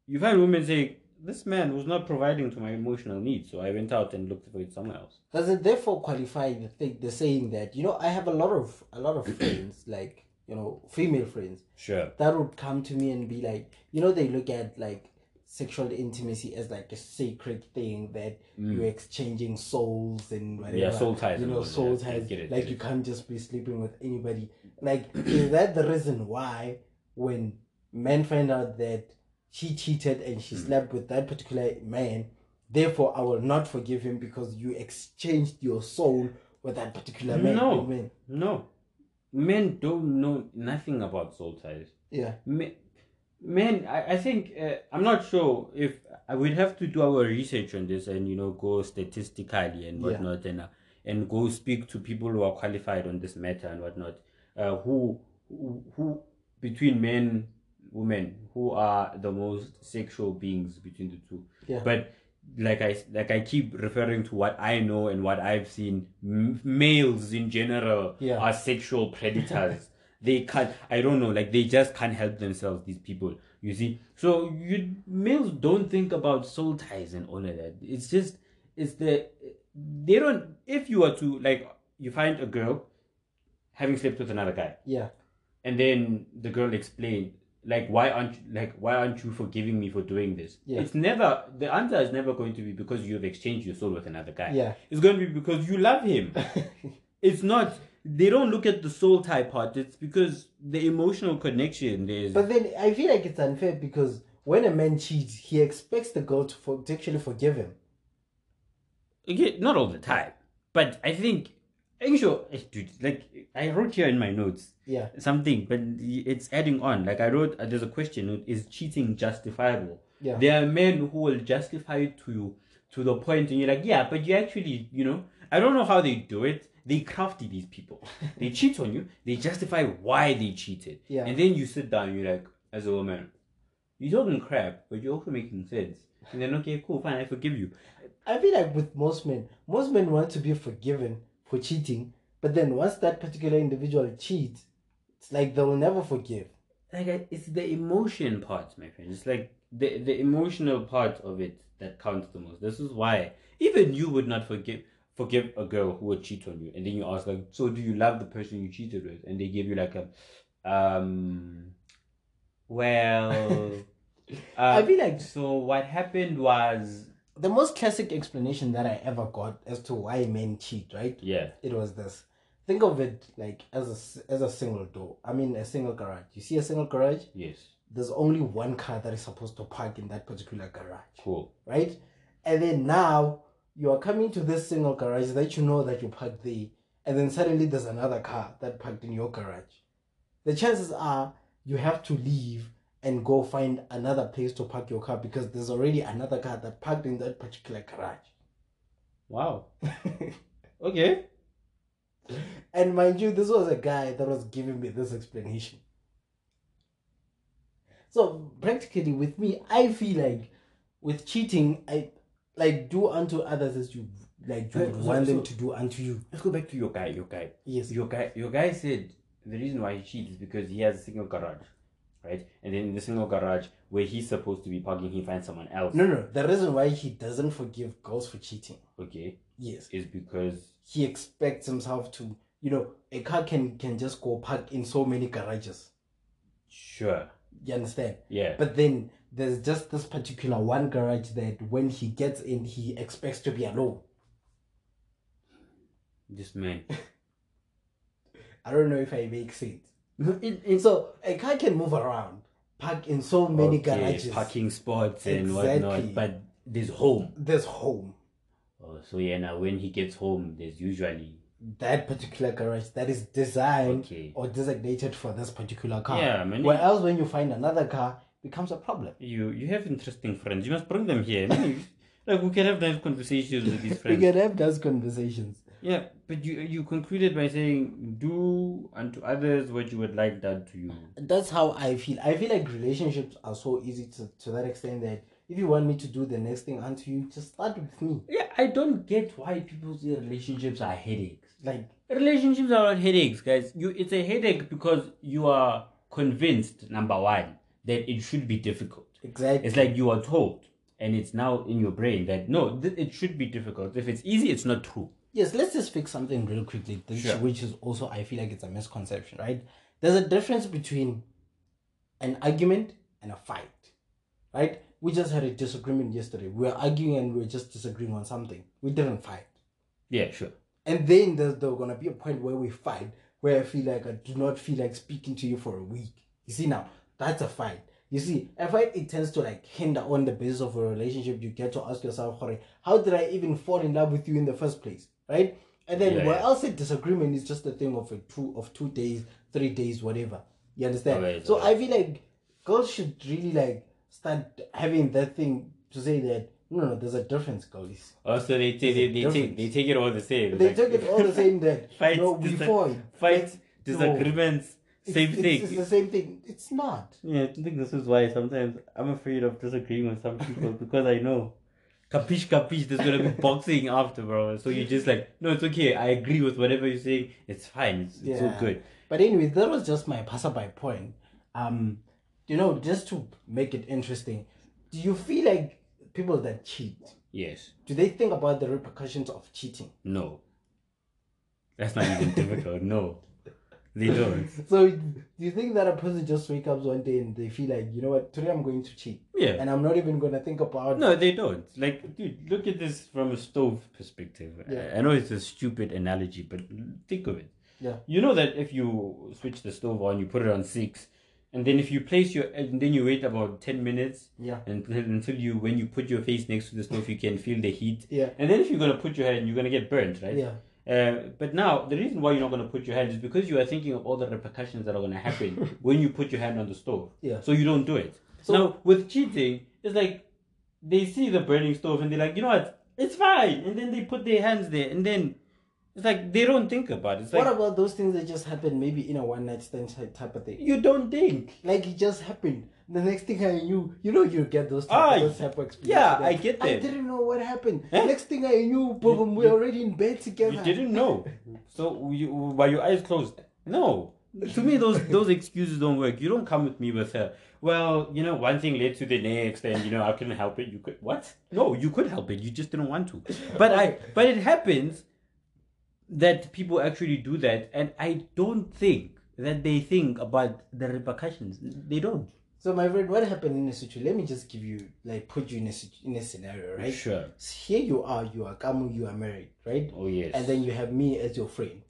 Speaker 1: you find women saying, This man was not providing to my emotional needs, so I went out and looked for it somewhere else.
Speaker 2: Does it therefore qualify the thing, the saying that you know I have a lot of a lot of friends like you know female friends
Speaker 1: Sure.
Speaker 2: that would come to me and be like, you know, they look at like sexual intimacy as like a sacred thing that you're exchanging souls and whatever.
Speaker 1: Mm. Yeah, soul ties
Speaker 2: You
Speaker 1: and
Speaker 2: know,
Speaker 1: all,
Speaker 2: soul
Speaker 1: yeah, I
Speaker 2: ties.
Speaker 1: get it,
Speaker 2: like
Speaker 1: get
Speaker 2: you
Speaker 1: it.
Speaker 2: can't just be sleeping with anybody. Like, is that the reason why when men find out that she cheated and
Speaker 1: Hmm.
Speaker 2: she slept with that particular man, therefore I will not forgive him because you exchanged your soul with that particular man?
Speaker 1: No.
Speaker 2: woman?
Speaker 1: No. Men don't know nothing about soul ties.
Speaker 2: Yeah.
Speaker 1: Me- Men, I, I think, uh, I'm not sure if I would have to do our research on this and, you know, go statistically and
Speaker 2: Yeah.
Speaker 1: whatnot and, uh, and go speak to people who are qualified on this matter and whatnot, uh, who, who, who, between men, women, who are the most sexual beings between the two.
Speaker 2: Yeah.
Speaker 1: But like I like I keep referring to what I know and what I've seen. M- males in general
Speaker 2: Yeah.
Speaker 1: are sexual predators. they can't. I don't know. Like they just can't help themselves. These people, you see. So you males don't think about soul ties and all of that. It's just it's the they don't. If you are to like you find a girl having slept with another guy
Speaker 2: Yeah.
Speaker 1: and then the girl explained like why aren't you- like why aren't you forgiving me for doing this
Speaker 2: Yeah.
Speaker 1: it's never the answer is never going to be because you've exchanged your soul with another guy
Speaker 2: Yeah.
Speaker 1: it's going to be because you love him it's not they don't look at the soul tie part. It's because the emotional connection there is.
Speaker 2: But then I feel like it's unfair because when a man cheats, he expects the girl to, for, to actually forgive him.
Speaker 1: Again, not all the time, but I think. I'm sure, eh, dude. Like I wrote here in my notes
Speaker 2: Yeah.
Speaker 1: something, but it's adding on. Like I wrote, uh, there's a question: Is cheating justifiable?
Speaker 2: Yeah.
Speaker 1: There are men who will justify it to you to the point, and you're like, yeah, but you actually, you know, I don't know how they do it. They crafty these people. they cheat on you. They justify why they cheated.
Speaker 2: Yeah.
Speaker 1: And then you sit down, and you're like, as a woman, you're talking crap, but you're also making sense. And then okay, cool, fine, I forgive you.
Speaker 2: I feel like with most men, most men want to be forgiven for cheating, but then once that particular individual cheats, it's like they'll never forgive.
Speaker 1: Like I- it's the emotion part, my friend. It's like the the emotional part of it that counts the most. This is why even you would not forgive forgive a girl who would cheat on you, and then you ask like, so do you love the person you cheated with? And they give you like a, um, well, uh,
Speaker 2: I feel like
Speaker 1: so what happened was
Speaker 2: the most classic explanation that I ever got as to why men cheat, right?
Speaker 1: yeah,
Speaker 2: It was this. Think of it like as a s- as a single door. I mean, a single garage. You see a single garage.
Speaker 1: yes,
Speaker 2: There's only one car that is supposed to park in that particular garage,
Speaker 1: cool,
Speaker 2: right? And then now you are coming to this single garage that you know that you parked there, and then suddenly there's another car that parked in your garage. The chances are you have to leave and go find another place to park your car because there's already another car that parked in that particular garage.
Speaker 1: wow, okay,
Speaker 2: And mind you, this was a guy that was giving me this explanation. So practically with me, I feel like with cheating, I like do unto others as you like you
Speaker 1: Uh,
Speaker 2: would
Speaker 1: so-
Speaker 2: want them
Speaker 1: so-
Speaker 2: to do unto you.
Speaker 1: let's go back to your guy, your guy.
Speaker 2: Yes.
Speaker 1: your guy your guy said the reason why he cheats is because he has a single garage right and then in the single garage where he's supposed to be parking he finds someone else
Speaker 2: No, no. The reason why he doesn't forgive girls for cheating,
Speaker 1: okay
Speaker 2: yes,
Speaker 1: is because
Speaker 2: he expects himself to. You know, a car can can just go park in so many garages.
Speaker 1: sure
Speaker 2: You understand?
Speaker 1: yeah
Speaker 2: But then there's just this particular one garage that when he gets in, he expects to be alone.
Speaker 1: this man
Speaker 2: I don't know if I make sense.
Speaker 1: it,
Speaker 2: And so a car can move around, park in so many garages.
Speaker 1: parking spots and
Speaker 2: Exactly.
Speaker 1: whatnot but there's home
Speaker 2: There's home.
Speaker 1: oh, so yeah now when he gets home there's usually
Speaker 2: That particular garage that is designed
Speaker 1: Okay.
Speaker 2: or designated for this particular car.
Speaker 1: Yeah, I mean-
Speaker 2: Where else when you find another car becomes a problem.
Speaker 1: you you have interesting friends you must bring them here like we can have nice conversations with these
Speaker 2: We
Speaker 1: friends
Speaker 2: can have those conversations.
Speaker 1: Yeah, but you you concluded by saying, "Do unto others what you would like done to you."
Speaker 2: That's how I feel. I feel like relationships are so easy to, to that extent that if you want me to do the next thing unto you, just start with me.
Speaker 1: Yeah, I don't get why people say relationships are headaches.
Speaker 2: Like
Speaker 1: Relationships are not headaches, guys. You it's a headache because you are convinced number one that it should be difficult.
Speaker 2: exactly
Speaker 1: It's like you are told, and it's now in your brain that no, th- it should be difficult. If it's easy, it's not true.
Speaker 2: Yes, let's just fix something real quickly, which,
Speaker 1: Sure.
Speaker 2: which is also, I feel like it's a misconception, right? There's a difference between an argument and a fight, right? We just had a disagreement yesterday. We were arguing and we were just disagreeing on something. We didn't fight.
Speaker 1: Yeah, sure.
Speaker 2: And then there's, there's going to be a point where we fight, where I feel like I do not feel like speaking to you for a week. You see, now, that's a fight. You see, a fight, it tends to like hinder on the basis of a relationship. You get to ask yourself, "Hore, how did I even fall in love with you in the first place? Right? And then
Speaker 1: Yeah,
Speaker 2: where
Speaker 1: yeah.
Speaker 2: else a disagreement is just a thing of a two of two days, three days, whatever. You understand?
Speaker 1: Alright,
Speaker 2: so
Speaker 1: alright.
Speaker 2: I feel like girls should really like start having that thing to say that no, no, there's a difference, girls.
Speaker 1: Also, they take they, they take they take it all the same.
Speaker 2: They
Speaker 1: Like-
Speaker 2: took it all the same that
Speaker 1: Fights,
Speaker 2: no,
Speaker 1: disa-
Speaker 2: before
Speaker 1: fights, disagreements, same
Speaker 2: it's,
Speaker 1: thing.
Speaker 2: It's, the same thing. It's not.
Speaker 1: Yeah, I think this is why sometimes I'm afraid of disagreeing with some people because I know. Capiche, capiche, there's gonna be boxing after, bro. So you're just like, no, it's okay. I agree with whatever you're saying. It's fine. It's, it's all
Speaker 2: Yeah.
Speaker 1: good.
Speaker 2: But anyway, that was just my passerby point. Um, you know, just to make it interesting, do you feel like people that cheat
Speaker 1: Yes.
Speaker 2: do they think about the repercussions of cheating?
Speaker 1: No. That's not even difficult. No. They don't.
Speaker 2: So do you think that a person just wake up one day and they feel like you know what today I'm going to cheat
Speaker 1: Yeah.
Speaker 2: and I'm not even gonna think about
Speaker 1: No, they don't. Like, dude, look at this from a stove perspective. I-
Speaker 2: Yeah.
Speaker 1: I know it's a stupid analogy, but think of it.
Speaker 2: Yeah.
Speaker 1: You know that if you switch the stove on, you put it on six, and then if you place your and then you wait about ten minutes
Speaker 2: Yeah.
Speaker 1: and until you when you put your face next to the stove, you can feel the heat.
Speaker 2: Yeah.
Speaker 1: And then if you're gonna put your hand, you're gonna get burnt, right?
Speaker 2: Yeah.
Speaker 1: Uh, but now the reason why you're not going to put your hand is because you are thinking of all the repercussions that are going to happen when you put your hand on the stove.
Speaker 2: Yeah.
Speaker 1: So you don't do it.
Speaker 2: So-
Speaker 1: now with cheating, it's like they see the burning stove and they're like, you know what, it's fine, and then they put their hands there, and then it's like they don't think about it. It's like
Speaker 2: what about those things that just happened maybe in a one night stand ty- type of thing?
Speaker 1: you don't think.
Speaker 2: Like it just happened. The next thing I knew, you know, you get those type,
Speaker 1: Ah,
Speaker 2: those type of experiences.
Speaker 1: yeah,
Speaker 2: like,
Speaker 1: I get
Speaker 2: I
Speaker 1: that.
Speaker 2: didn't know what happened.
Speaker 1: Eh?
Speaker 2: Next thing I knew, boom, we're
Speaker 1: you-
Speaker 2: already in bed together.
Speaker 1: You didn't know. So you by your eyes closed. No. To me, those those excuses don't work. You don't come with me with a well, you know, one thing led to the next, and you know, I couldn't help it. You could what? No, you could help it. You just didn't want to. But I but it happens that people actually do that, and I don't think that they think about the repercussions. They don't.
Speaker 2: So my friend, what happened in a situation? Let me just give you like put you in a situ- in a scenario, right?
Speaker 1: Sure.
Speaker 2: Here you are, you are Kamu, you are married, right?
Speaker 1: Oh yes.
Speaker 2: and then you have me as your friend,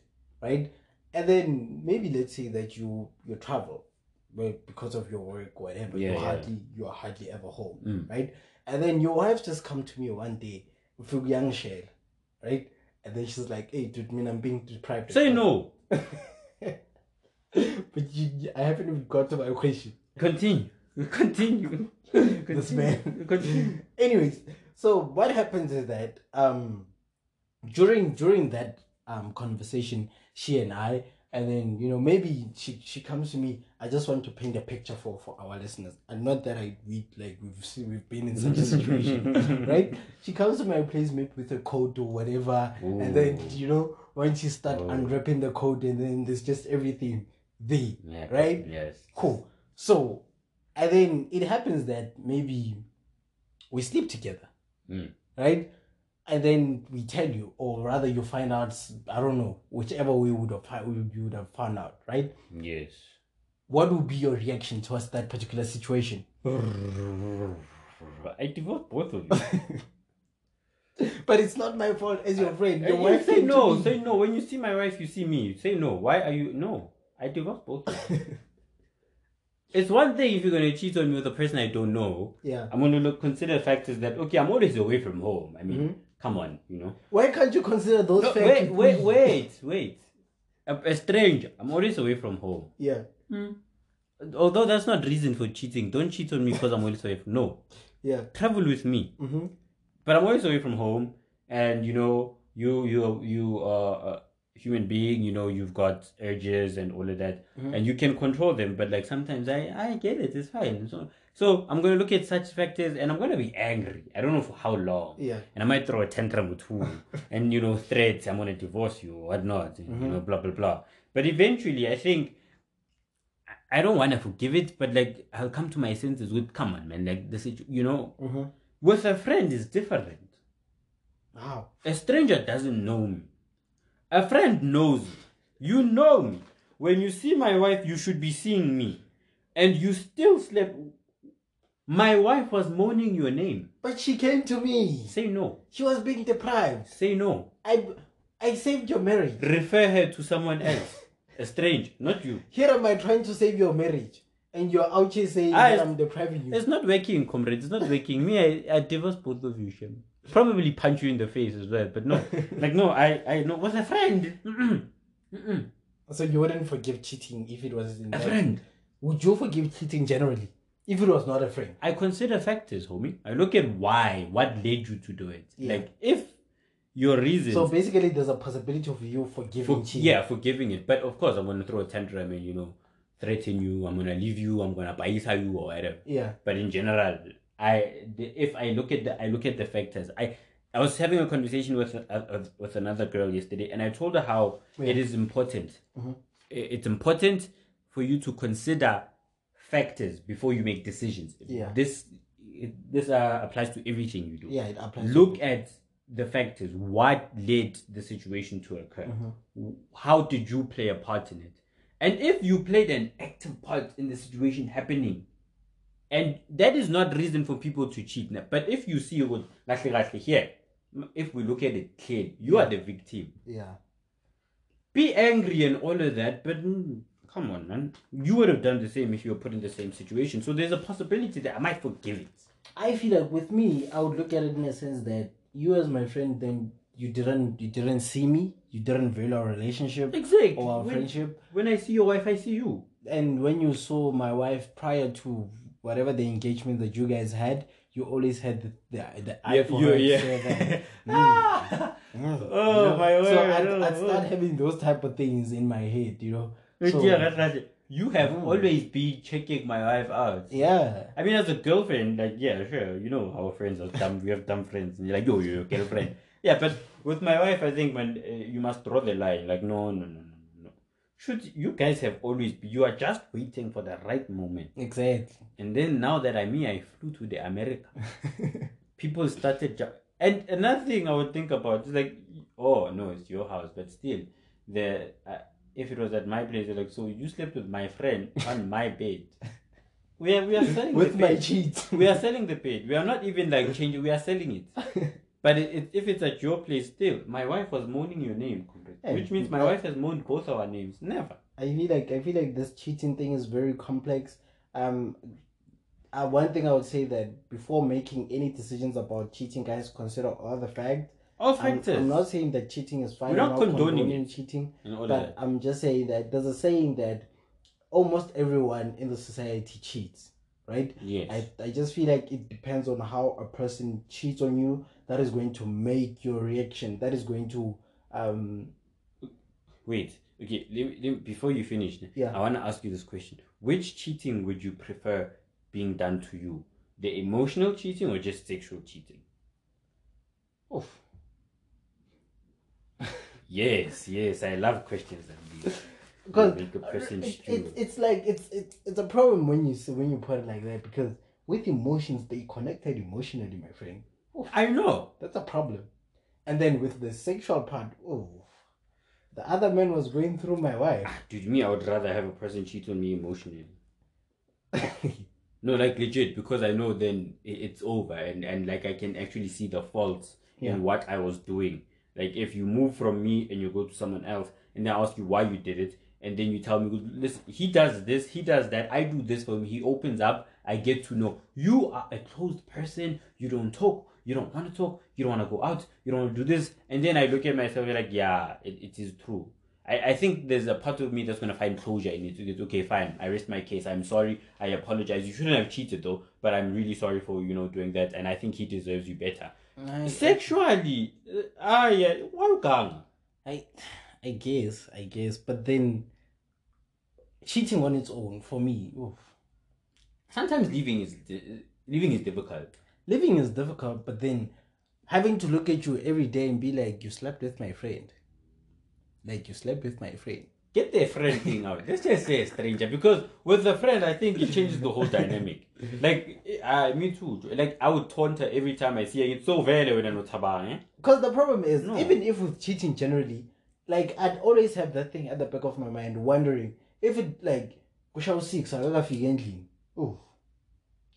Speaker 2: right? And then maybe let's say that you you travel, right, because of your work, whatever.
Speaker 1: Yeah,
Speaker 2: you
Speaker 1: yeah.
Speaker 2: hardly you are hardly ever home,
Speaker 1: Mm.
Speaker 2: right? And then your wife just come to me one day with a young share, right? And then she's like, "Hey, dude, mean I'm being deprived." of
Speaker 1: say
Speaker 2: something."
Speaker 1: no.
Speaker 2: But you, you- I haven't even got to my question.
Speaker 1: Continue. Continue.
Speaker 2: This
Speaker 1: Continue.
Speaker 2: man.
Speaker 1: Continue.
Speaker 2: Anyways, so what happens is that um during during that um conversation, she and I, and then you know maybe she she comes to me. I just want to paint a picture for for our listeners, and not that I we like we've seen, we've been in such a situation, right? She comes to my placement with a coat or whatever, and then
Speaker 1: Ooh.
Speaker 2: you know when she start
Speaker 1: Oh.
Speaker 2: unwrapping the coat, and then there's just everything there,
Speaker 1: Yeah,
Speaker 2: right?
Speaker 1: Yes.
Speaker 2: Cool. So, and then it happens that maybe we sleep together,
Speaker 1: Mm.
Speaker 2: right? And then we tell you, or rather, you find out. s- I don't know, whichever way would have fi- we- you would have found out, right?
Speaker 1: Yes.
Speaker 2: What would be your reaction towards that particular situation?
Speaker 1: I divorced both of you.
Speaker 2: But it's not my fault as your friend. Your
Speaker 1: You
Speaker 2: wife
Speaker 1: Uh, say
Speaker 2: came to
Speaker 1: no,
Speaker 2: me.
Speaker 1: say no. When you see my wife, you see me. Say no. Why are you no? I divorced both of you. it's one thing if you're gonna cheat on me with a person I don't know.
Speaker 2: Yeah.
Speaker 1: I'm gonna look consider factors that okay, I'm always away from home. I mean, come on, you know.
Speaker 2: Why can't you consider Mm-hmm. those
Speaker 1: No,
Speaker 2: facts?
Speaker 1: wait,
Speaker 2: you
Speaker 1: wait,
Speaker 2: pussy?
Speaker 1: wait, wait. A, a stranger. I'm always away from home.
Speaker 2: Yeah.
Speaker 1: Although that's not reason for cheating. Don't cheat on me because I'm always away. From, no,
Speaker 2: Yeah.
Speaker 1: travel with me.
Speaker 2: Mm-hmm.
Speaker 1: but I'm always away from home, and you know, you you you are a human being. You know, you've got urges and all of that,
Speaker 2: Mhm.
Speaker 1: and you can control them. But like sometimes, I I get it. It's fine. So so I'm gonna look at such factors, and I'm gonna be angry. I don't know for how long.
Speaker 2: Yeah.
Speaker 1: And I might throw a tantrum with who, and you know, threats. I'm gonna divorce you or whatnot. You know, blah blah blah. But eventually, I think. I- I don't want to forgive it, but like I'll come to my senses with, come on, man, like the situ- you know,
Speaker 2: Mm-hmm.
Speaker 1: with a friend is different.
Speaker 2: Wow.
Speaker 1: A stranger doesn't know me. A friend knows me. You know me. When you see my wife, you should be seeing me. And you still slept. My wife was moaning your name.
Speaker 2: But she came to me.
Speaker 1: Say no.
Speaker 2: She was being deprived.
Speaker 1: Say no.
Speaker 2: I, I saved your marriage.
Speaker 1: Refer her to someone else. A stranger, not you.
Speaker 2: Here am I trying to save your marriage, and you're out here saying
Speaker 1: Ah,
Speaker 2: that
Speaker 1: it's-
Speaker 2: I'm depriving you.
Speaker 1: It's not working, comrade. It's not working. Me, I, I divorce both of you, Shem. Probably punch you in the face as well, but no. Like, no, I, I know. Was a friend. Mm-mm. Mm-mm.
Speaker 2: So you wouldn't forgive cheating if it was in
Speaker 1: A
Speaker 2: that-
Speaker 1: friend.
Speaker 2: Would you forgive cheating generally if it was not a friend?
Speaker 1: I consider factors, homie. I look at why, what led you to do it.
Speaker 2: Yeah.
Speaker 1: Like if your reasons
Speaker 2: So basically, there's a possibility of you forgiving
Speaker 1: for,
Speaker 2: cheating.
Speaker 1: yeah, forgiving it. But of course, I'm gonna throw a tantrum and you know, threaten you. I'm gonna leave you. I'm gonna paisa you or whatever.
Speaker 2: Yeah.
Speaker 1: But in general, I the, if I look at the I look at the factors. I I was having a conversation with a, a- with another girl yesterday, and I told her how it is important.
Speaker 2: Mm-hmm.
Speaker 1: I- It's important for you to consider factors before you make decisions.
Speaker 2: Yeah.
Speaker 1: This it, this uh, applies to everything you do.
Speaker 2: Yeah. It applies. to-
Speaker 1: Look at the factors. What led the situation to occur?
Speaker 2: Mm-hmm.
Speaker 1: W- How did you play a part in it? And if you played an active part in the situation happening, and that is not reason for people to cheat. Now. But if you see what, like, like here, m- if we look at it clear, you are the victim.
Speaker 2: Yeah.
Speaker 1: be angry and all of that, but mm, come on, man. You would have done the same if you were put in the same situation. So there's a possibility that I might forgive it.
Speaker 2: I feel like with me, I would look at it in a sense that you as my friend, then you didn't you didn't see me, you didn't value our relationship
Speaker 1: Exactly.
Speaker 2: or our
Speaker 1: when,
Speaker 2: friendship.
Speaker 1: when I see your wife, I see you.
Speaker 2: And when you saw my wife prior to whatever the engagement that you guys had, you always had the the, the eye
Speaker 1: Yeah,
Speaker 2: for
Speaker 1: you-
Speaker 2: her.
Speaker 1: yeah.
Speaker 2: so that-
Speaker 1: Ah!
Speaker 2: Mm, you
Speaker 1: Oh,
Speaker 2: know?
Speaker 1: my
Speaker 2: So
Speaker 1: word,
Speaker 2: I'd,
Speaker 1: oh,
Speaker 2: I'd
Speaker 1: oh.
Speaker 2: start having those type of things in my head, you know. So,
Speaker 1: yeah, that's, that's it. You have
Speaker 2: Mm.
Speaker 1: always been checking my wife out.
Speaker 2: yeah.
Speaker 1: I mean, as a girlfriend, like, yeah, sure, you know, our friends are dumb, we have dumb friends, and you're like, yo, you're a girlfriend. yeah, but with my wife, I think, man, uh, you must draw the line. Like, no, no, no, no, no. Should you guys have always, you are just waiting for the right moment.
Speaker 2: Exactly.
Speaker 1: And then now that I'm here, I flew to the America. People started, ju- and another thing I would think about is like, oh, no, it's your house, but still, the uh, if it was at my place, they're like, so you slept with my friend on my bed. We are, we are selling
Speaker 2: With
Speaker 1: the
Speaker 2: my
Speaker 1: bed.
Speaker 2: cheat.
Speaker 1: We are selling the page. We are not even like changing. We are selling it. But it, it, if it's at your place, still, my wife was moaning your name, comrade.
Speaker 2: Hey.
Speaker 1: which means my wife has moaned both our names. Never.
Speaker 2: I feel like I feel like this cheating thing is very complex. Um, uh, one thing I would say that before making any decisions about cheating, guys consider all the facts.
Speaker 1: All
Speaker 2: I'm,
Speaker 1: factors.
Speaker 2: I'm not saying that cheating is fine.
Speaker 1: We're
Speaker 2: I'm
Speaker 1: not condoning
Speaker 2: cheating,
Speaker 1: and all of
Speaker 2: but
Speaker 1: that.
Speaker 2: I'm just saying that there's a saying that almost everyone in the society cheats, right?
Speaker 1: Yes.
Speaker 2: I, I just feel like it depends on how a person cheats on you. That is going to make your reaction. That is going to um
Speaker 1: Wait. Okay. Let, me- let, before you finish,
Speaker 2: Yeah.
Speaker 1: I want to ask you this question: Which cheating would you prefer being done to you? The emotional cheating or just sexual cheating?
Speaker 2: oof.
Speaker 1: Yes. Yes. I love questions like these.
Speaker 2: because
Speaker 1: Make a person
Speaker 2: it,
Speaker 1: stew.
Speaker 2: it, it's like it's, it's it's a problem when you say when you put it like that because with emotions they connected emotionally my friend
Speaker 1: I know.
Speaker 2: that's a problem and then with the sexual part oh the other man was going through my wife
Speaker 1: Dude, me, I would rather have a person cheat on me emotionally. No, like legit, because I know then i- it's over, and and like I can actually see the faults
Speaker 2: Yeah.
Speaker 1: in what I was doing. Like if you move from me and you go to someone else, and they ask you why you did it, and then you tell me, listen, he does this, he does that, I do this for him. He opens up, I get to know you are a closed person. You don't talk, you don't want to talk, you don't want to go out, you don't want to do this, and then I look at myself like, yeah, it, it is true. I, I think there's a part of me that's gonna find closure in it. It's okay, fine. I rest my case. I'm sorry. I apologize. You shouldn't have cheated though, but I'm really sorry for you know doing that. And I think he deserves you better.
Speaker 2: I,
Speaker 1: Sexually, uh, ah yeah, wow gang.
Speaker 2: I i guess i guess but then cheating on its own for me oof.
Speaker 1: Sometimes leaving is di- leaving is difficult.
Speaker 2: living is difficult but then having to look at you every day and be like you slept with my friend like you slept with my friend
Speaker 1: Get the friend thing out. Let's just say a stranger because with the friend, I think it changes the whole dynamic. Like, uh, me too. Like I would taunt her every time I see her. It's so very when I'm not about, eh?
Speaker 2: Because the problem is,
Speaker 1: No.
Speaker 2: even if with cheating generally, like I'd always have that thing at the back of my mind, wondering if it like kushao six akakafika endlini. Ooh.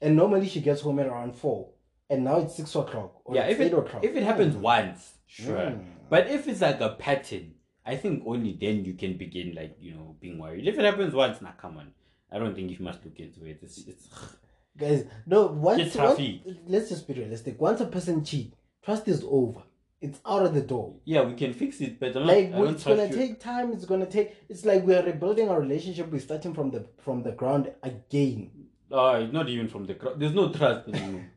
Speaker 2: And normally she gets home at around four, and now it's six o'clock or
Speaker 1: yeah,
Speaker 2: it's
Speaker 1: if
Speaker 2: eight
Speaker 1: it,
Speaker 2: o'clock.
Speaker 1: if it happens
Speaker 2: Hmm.
Speaker 1: once, sure.
Speaker 2: Mm.
Speaker 1: But if it's like a pattern, I think only then you can begin like you know being worried. If it happens once, nah, come on. I don't think you must look into it. It's, it's
Speaker 2: guys, no once,
Speaker 1: It's
Speaker 2: once
Speaker 1: Rafiq.
Speaker 2: let's just be realistic. Once a person cheat, trust is over. It's out of the door.
Speaker 1: yeah, we can fix it, but I'm not,
Speaker 2: Like
Speaker 1: I don't
Speaker 2: it's gonna
Speaker 1: trust you.
Speaker 2: take time. It's gonna take. It's like we are rebuilding our relationship. We're starting from the from the ground again.
Speaker 1: Ah, it's not even from the ground. There's no trust anymore.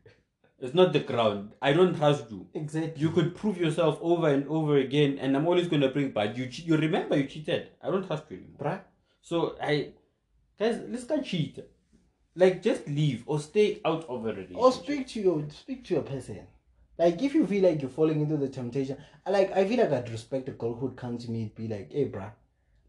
Speaker 1: it's not the ground. I don't trust you.
Speaker 2: Exactly.
Speaker 1: You could prove yourself over and over again, and I'm always gonna bring. But you, che- you remember you cheated. I don't trust you anymore.
Speaker 2: Bruh.
Speaker 1: So I, guys, let's not cheat. Like just leave or stay out of a relationship.
Speaker 2: or speak to your speak to your person like if you feel like you're falling into the temptation I like i feel like i'd respect a girl who'd come to me and be like hey bruh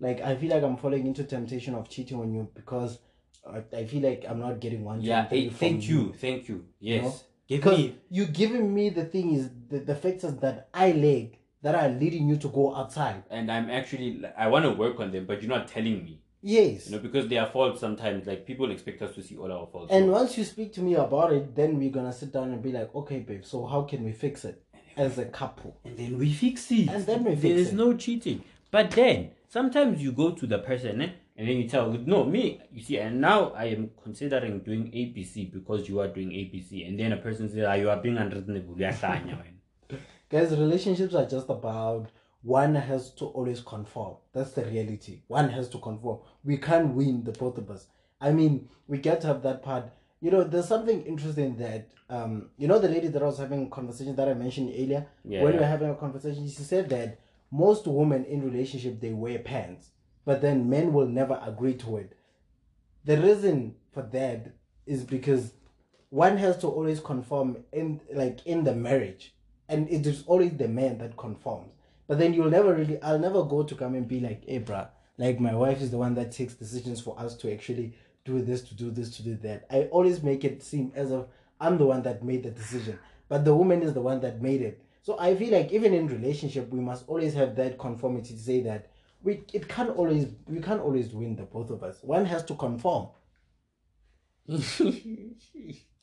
Speaker 2: like i feel like i'm falling into temptation of cheating on you because uh, i feel like i'm not getting one
Speaker 1: Yeah,
Speaker 2: thing
Speaker 1: hey,
Speaker 2: from
Speaker 1: thank you, thank you. Yes,
Speaker 2: know?
Speaker 1: give
Speaker 2: because
Speaker 1: me.
Speaker 2: you giving me the thing is the, the factors that i lack that are leading you to go outside
Speaker 1: And I'm actually, I want to work on them, but you're not telling me,
Speaker 2: yes
Speaker 1: you know, because they are faults sometimes. Like people expect us to see all our faults.
Speaker 2: and once you speak to me about it then we're gonna sit down and be like okay babe so how can we fix it as a couple
Speaker 1: And then we fix it.
Speaker 2: And then we fix
Speaker 1: There is
Speaker 2: it.
Speaker 1: no cheating. But then Sometimes you go to the person eh, and then you tell, no, me, you see, and now I am considering doing ABC because you are doing ABC. And then a person says, ah, you are being unreasonable. You are lying, man.
Speaker 2: Guys, relationships are just about one has to always conform. That's the reality. One has to conform. We can't win the both of us. I mean, we get to have that part. You know, there's something interesting that um, you know, the lady that I was having a conversation that I mentioned earlier.
Speaker 1: Yeah,
Speaker 2: when we
Speaker 1: yeah.
Speaker 2: were having a conversation, she said that most women in relationship they wear pants, but then men will never agree to it. The reason for that is because one has to always conform in like in the marriage and it is always the man that conforms but then you'll never really i'll never go to come and be like hey bruh like my wife is the one that takes decisions for us to actually do this to do this to do that i always make it seem as if i'm the one that made the decision but the woman is the one that made it so i feel like even in relationship we must always have that conformity to say that we it can't always we can't always win the both of us one has to conform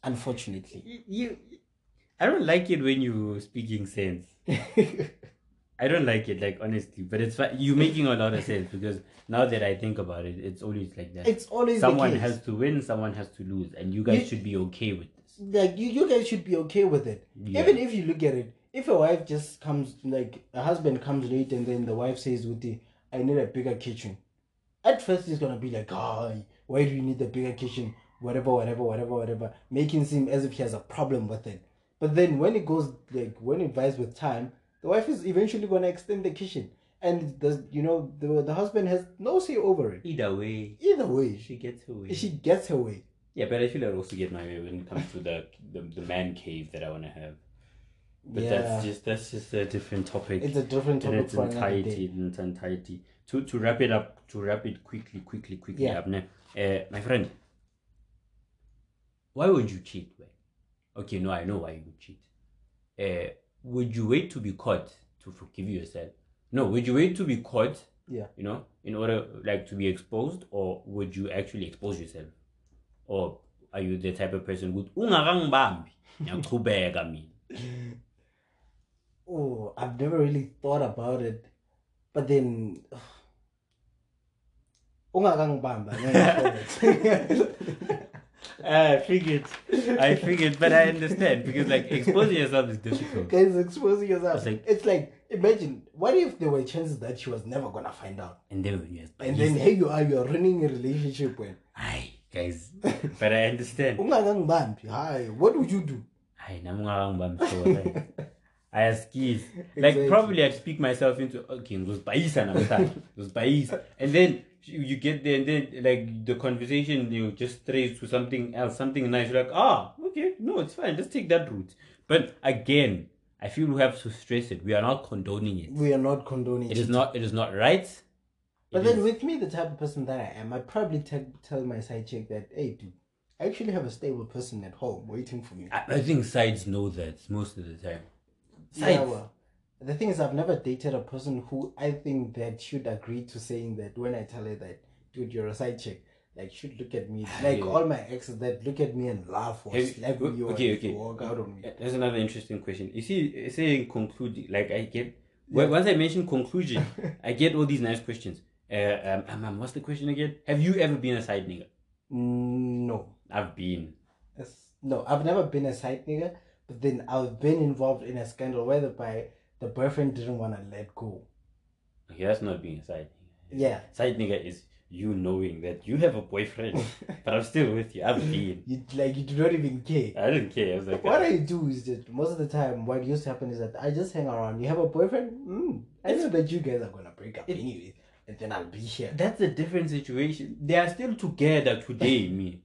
Speaker 2: unfortunately
Speaker 1: You- you, I don't like it when you speaking sense. I don't like it, like honestly, but it's fi- you making a lot of sense because now that I think about it, it's always like that.
Speaker 2: it's always
Speaker 1: someone
Speaker 2: the case.
Speaker 1: has to win, someone has to lose, and you guys
Speaker 2: You-
Speaker 1: should be okay with this.
Speaker 2: like you, you guys should be okay with it.
Speaker 1: Yeah.
Speaker 2: Even if you look at it, if a wife just comes like a husband comes late and then the wife says with the I need a bigger kitchen. At first he's gonna be like, oh, why do you need the bigger kitchen? Whatever, whatever, whatever, whatever, making seem as if he has a problem with it. But then when it goes like when it buys with time, the wife is eventually gonna extend the kitchen. And the you know the the husband has no say over it.
Speaker 1: Either way,
Speaker 2: Either way,
Speaker 1: she gets her way.
Speaker 2: she gets her way.
Speaker 1: yeah, but I feel I'd also get my way when it comes to the the, the man cave that I want to have. But
Speaker 2: yeah,
Speaker 1: that's just that's just a different topic.
Speaker 2: it's a different
Speaker 1: in
Speaker 2: topic
Speaker 1: its
Speaker 2: for another day.
Speaker 1: entirety, in its entirety. To to wrap it up, to wrap it quickly, quickly, quickly
Speaker 2: Yeah.
Speaker 1: up. ne? Uh, my friend, why would you cheat? man? Okay, no, I know why you would cheat. Uh, would you wait to be caught to forgive yourself? No, would you wait to be caught?
Speaker 2: Yeah.
Speaker 1: You know, in order like to be exposed, or would you actually expose yourself? Or are you the type of person who ungakangibambi ngiyachubeka mina?
Speaker 2: Oh, I've never really thought about it. But then ungakangibamba ngeke
Speaker 1: Ah, I figured. I figured, but I understand because like exposing yourself is difficult.
Speaker 2: Guys exposing yourself.
Speaker 1: It's like-
Speaker 2: It's like imagine what if there were chances that she was never gonna find out.
Speaker 1: And then when you're
Speaker 2: And then here you are, you're running a relationship with
Speaker 1: Aye, guys. But I understand.
Speaker 2: ungakangibambi. Hi, what would you do?
Speaker 1: Aye, namungakangibambi so right. I ask kids. Like
Speaker 2: Exactly.
Speaker 1: probably I'd speak myself into okay, ngizosibhayisa namhlanje. Ngizosibhayisa. And then you you get there and then like the conversation you know, just strays to something else, something nice. You're like, ah, okay, no, it's fine, let's take that route. But again, I feel we have to stress it. We are not condoning it.
Speaker 2: We are not condoning
Speaker 1: It
Speaker 2: it.
Speaker 1: is not. It is not right.
Speaker 2: But
Speaker 1: It
Speaker 2: then
Speaker 1: is-
Speaker 2: with me, the type of person that I am, I probably te- tell my side chick that, hey dude, I actually have a stable person at home waiting for me.
Speaker 1: I, I think sides know that most of the time. Sides.
Speaker 2: Yeah, well, the thing is, I've never dated a person who I think that should agree to saying that when I tell her that, dude, you're a side chick, like should look at me like
Speaker 1: Yeah.
Speaker 2: all my exes that look at me and laugh or
Speaker 1: Have-
Speaker 2: slap me or
Speaker 1: okay, okay.
Speaker 2: walk out on me.
Speaker 1: Yeah, That's another interesting question. You see, uh, saying concluding, like I get. wh- Once I mention conclusion, I get all these nice questions. Uh, um, um, um, what's the question again? Have you ever been a side nigga?
Speaker 2: Mm, No,
Speaker 1: I've been.
Speaker 2: It's- no, I've never been a side nigga, but then I've been involved in a scandal whereby the boyfriend didn't want to let go.
Speaker 1: Okay, that's not being a side nigga.
Speaker 2: Yeah,
Speaker 1: Side nigga is you knowing that you have a boyfriend, but I'm still with you. I've been.
Speaker 2: you like you do not even care.
Speaker 1: I don't care. I was like,
Speaker 2: What I do is that most of the time, what used to happen is that I just hang around. You have a boyfriend? Mm, I know that you guys are gonna break up
Speaker 1: It-
Speaker 2: anyway, and then I'll be here.
Speaker 1: That's a different situation. They are still together today, me.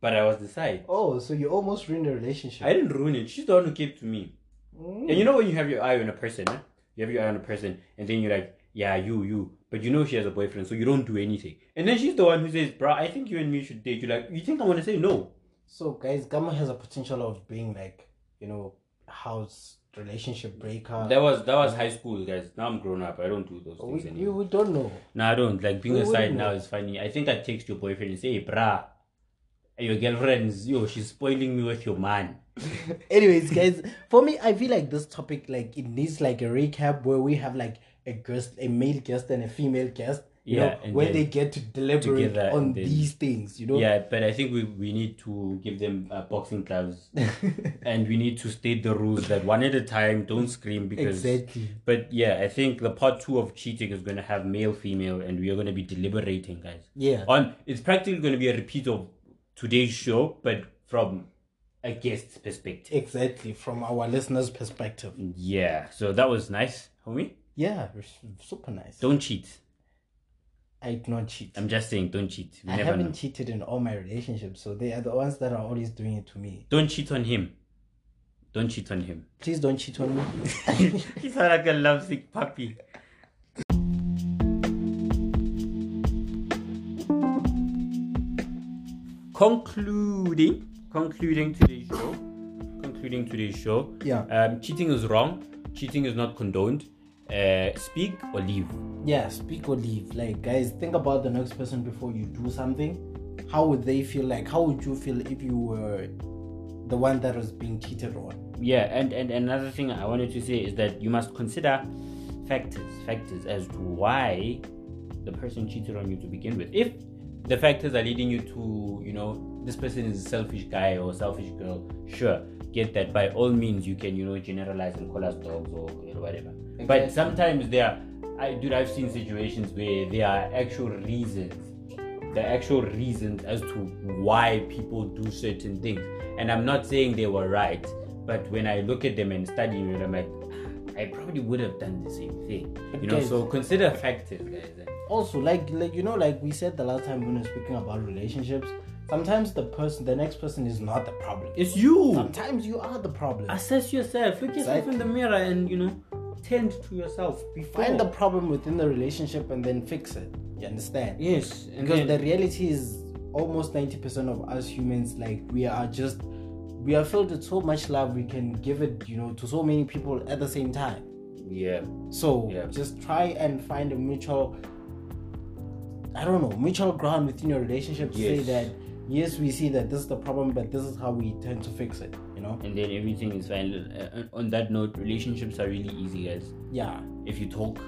Speaker 1: But I was the side.
Speaker 2: Oh, so you almost ruined the relationship.
Speaker 1: I didn't ruin it. She's the one who gave to me.
Speaker 2: Mm.
Speaker 1: And you know when you have your eye on a person, eh? you have your eye on a person, and then you're like, yeah, you, you. But you know she has a boyfriend, so you don't do anything. And then she's the one who says, bruh, I think you and me should date. You're like, you think I want to say no?
Speaker 2: So guys, Gamma has a potential of being like, you know, house relationship breaker.
Speaker 1: That was that was high school, guys. Now I'm grown up. I don't do those
Speaker 2: we,
Speaker 1: things
Speaker 2: you
Speaker 1: anymore.
Speaker 2: we don't know.
Speaker 1: No, I don't. Like being
Speaker 2: We
Speaker 1: aside
Speaker 2: wouldn't
Speaker 1: now
Speaker 2: know.
Speaker 1: is funny. I think I text your boyfriend and say, hey, bruh, your girlfriend's, yo, she's spoiling me with your man.
Speaker 2: Anyways, guys, for me, I feel like this topic like it needs like a recap where we have like a guest, a male guest, and a female guest. You
Speaker 1: Yeah,
Speaker 2: know,
Speaker 1: and
Speaker 2: when
Speaker 1: then
Speaker 2: they get to deliberate
Speaker 1: together
Speaker 2: on
Speaker 1: and then-
Speaker 2: these things, you know.
Speaker 1: Yeah, but I think we, we need to give them uh, boxing gloves, and we need to state the rules that one at a time, don't scream because.
Speaker 2: exactly.
Speaker 1: But yeah, I think the part two of cheating is going to have male, female, and we are going to be deliberating, guys.
Speaker 2: Yeah.
Speaker 1: On it's practically going to be a repeat of today's show, but from a guest's perspective.
Speaker 2: Exactly. From our listeners' perspective.
Speaker 1: Yeah, so that was nice, homie.
Speaker 2: Yeah, super nice.
Speaker 1: Don't cheat.
Speaker 2: I do not cheat.
Speaker 1: I'm just saying, don't cheat. We
Speaker 2: I
Speaker 1: never
Speaker 2: haven't
Speaker 1: know.
Speaker 2: cheated in all my relationships, so they are the ones that are always doing it to me.
Speaker 1: Don't cheat on him. Don't cheat on him.
Speaker 2: Please don't cheat on me.
Speaker 1: He's like a lovesick puppy. Concluding, concluding today's show, concluding today's show.
Speaker 2: Yeah.
Speaker 1: Um, cheating is wrong. Cheating is not condoned. Uh, speak or leave.
Speaker 2: yeah, speak or leave. Like, guys, think about the next person before you do something. How would they feel like? How would you feel if you were the one that was being cheated on?
Speaker 1: Yeah, and, and another thing I wanted to say is that you must consider factors, factors as to why the person cheated on you to begin with. If the factors are leading you to, you know, this person is a selfish guy or selfish girl, sure, get that. By all means, you can, you know, generalize and call us dogs or you know, whatever.
Speaker 2: Exactly.
Speaker 1: But sometimes there are, I, dude, I've seen situations where there are actual reasons the actual reasons as to why people do certain things. And I'm not saying they were right, but when I look at them and study it, I'm like, "Ah, I probably would have done the same thing. You know,
Speaker 2: Okay.
Speaker 1: so consider factors, guys.
Speaker 2: Also, like, like you know, like we said the last time when we were speaking about relationships, sometimes the person, the next person, is not the problem.
Speaker 1: It's you.
Speaker 2: Sometimes you are the problem.
Speaker 1: Assess yourself. Look yourself in the mirror and, you know, tend to yourself before.
Speaker 2: Find the problem within the relationship and then fix it. You understand?
Speaker 1: yes. And
Speaker 2: because
Speaker 1: then-
Speaker 2: the reality is almost 90% of us humans like we are just we are filled with so much love we can give it you know to so many people at the same time
Speaker 1: yeah.
Speaker 2: so
Speaker 1: Yeah.
Speaker 2: just try and find a mutual i don't know mutual ground within your relationship to
Speaker 1: Yes.
Speaker 2: say that yes we see that this is the problem but this is how we tend to fix it you know
Speaker 1: And then everything is fine. Uh, on that note, relationships are really easy, guys.
Speaker 2: yeah
Speaker 1: if you talk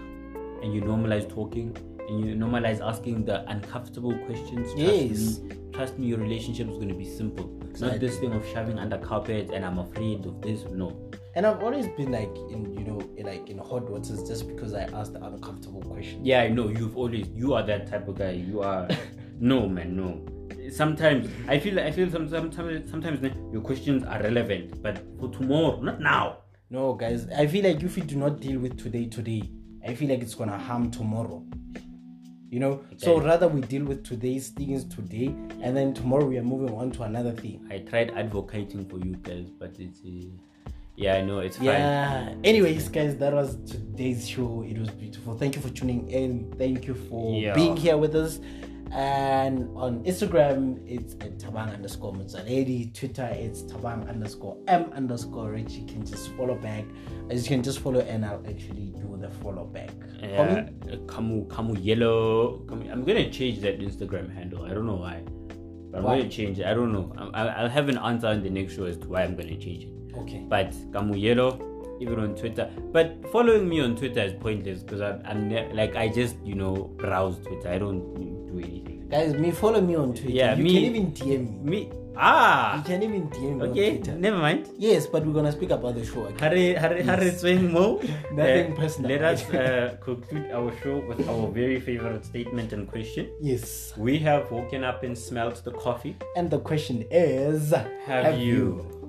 Speaker 1: and you normalize talking and you normalize asking the uncomfortable questions trust
Speaker 2: Yes.
Speaker 1: me trust me your relationship is going to be simple not
Speaker 2: Exactly.
Speaker 1: this thing of shoving under carpet and i'm afraid of this no
Speaker 2: and i've always been like in you know in, like in hot waters just because i asked the uncomfortable question
Speaker 1: yeah i know you've always you are that type of guy you are no man no sometimes i feel i feel some, sometimes sometimes ne, your questions are relevant but for tomorrow not now
Speaker 2: No, guys, I feel like if we do not deal with today, today, I feel like it's gonna harm tomorrow. You know, so
Speaker 1: Okay.
Speaker 2: rather we deal with today's things today, and then tomorrow we are moving on to another thing.
Speaker 1: i tried advocating for you guys but it's uh, yeah i know it's fine
Speaker 2: Yeah. Anyways, guys, that was today's show. It was beautiful. Thank you for tuning in. Thank you for
Speaker 1: Yeah.
Speaker 2: being here with us. And on Instagram, it's at Tabang underscore Muzzaledi. Twitter, it's Tabang underscore M underscore Rich. You can just follow back. You can just follow, and I'll actually do the follow back.
Speaker 1: Yeah, Kamu Kamu Yellow. Kamu, I'm gonna change that Instagram handle. I don't know why, but I'm
Speaker 2: Why?
Speaker 1: gonna change it. I don't know. I- I'll, I'll have an answer in the next show as to why I'm gonna change it.
Speaker 2: Okay.
Speaker 1: But Kamu Yellow, even on Twitter. But following me on Twitter is pointless because I'm, I'm ne- like I just you know browse Twitter. I don't do anything.
Speaker 2: Guys, me follow me on Twitter.
Speaker 1: Yeah,
Speaker 2: you
Speaker 1: me-
Speaker 2: can even DM me.
Speaker 1: Me
Speaker 2: You
Speaker 1: ah
Speaker 2: can even DM me on
Speaker 1: okay.
Speaker 2: Twitter.
Speaker 1: Never mind.
Speaker 2: Yes, but we're gonna speak about the show again.
Speaker 1: Harry, Harry, Harry Swing Mo. Uh,
Speaker 2: Nothing personal.
Speaker 1: Let us uh, conclude our show with our very favorite statement and question.
Speaker 2: Yes.
Speaker 1: We have woken up and smelled the coffee.
Speaker 2: And the question is
Speaker 1: Have, you?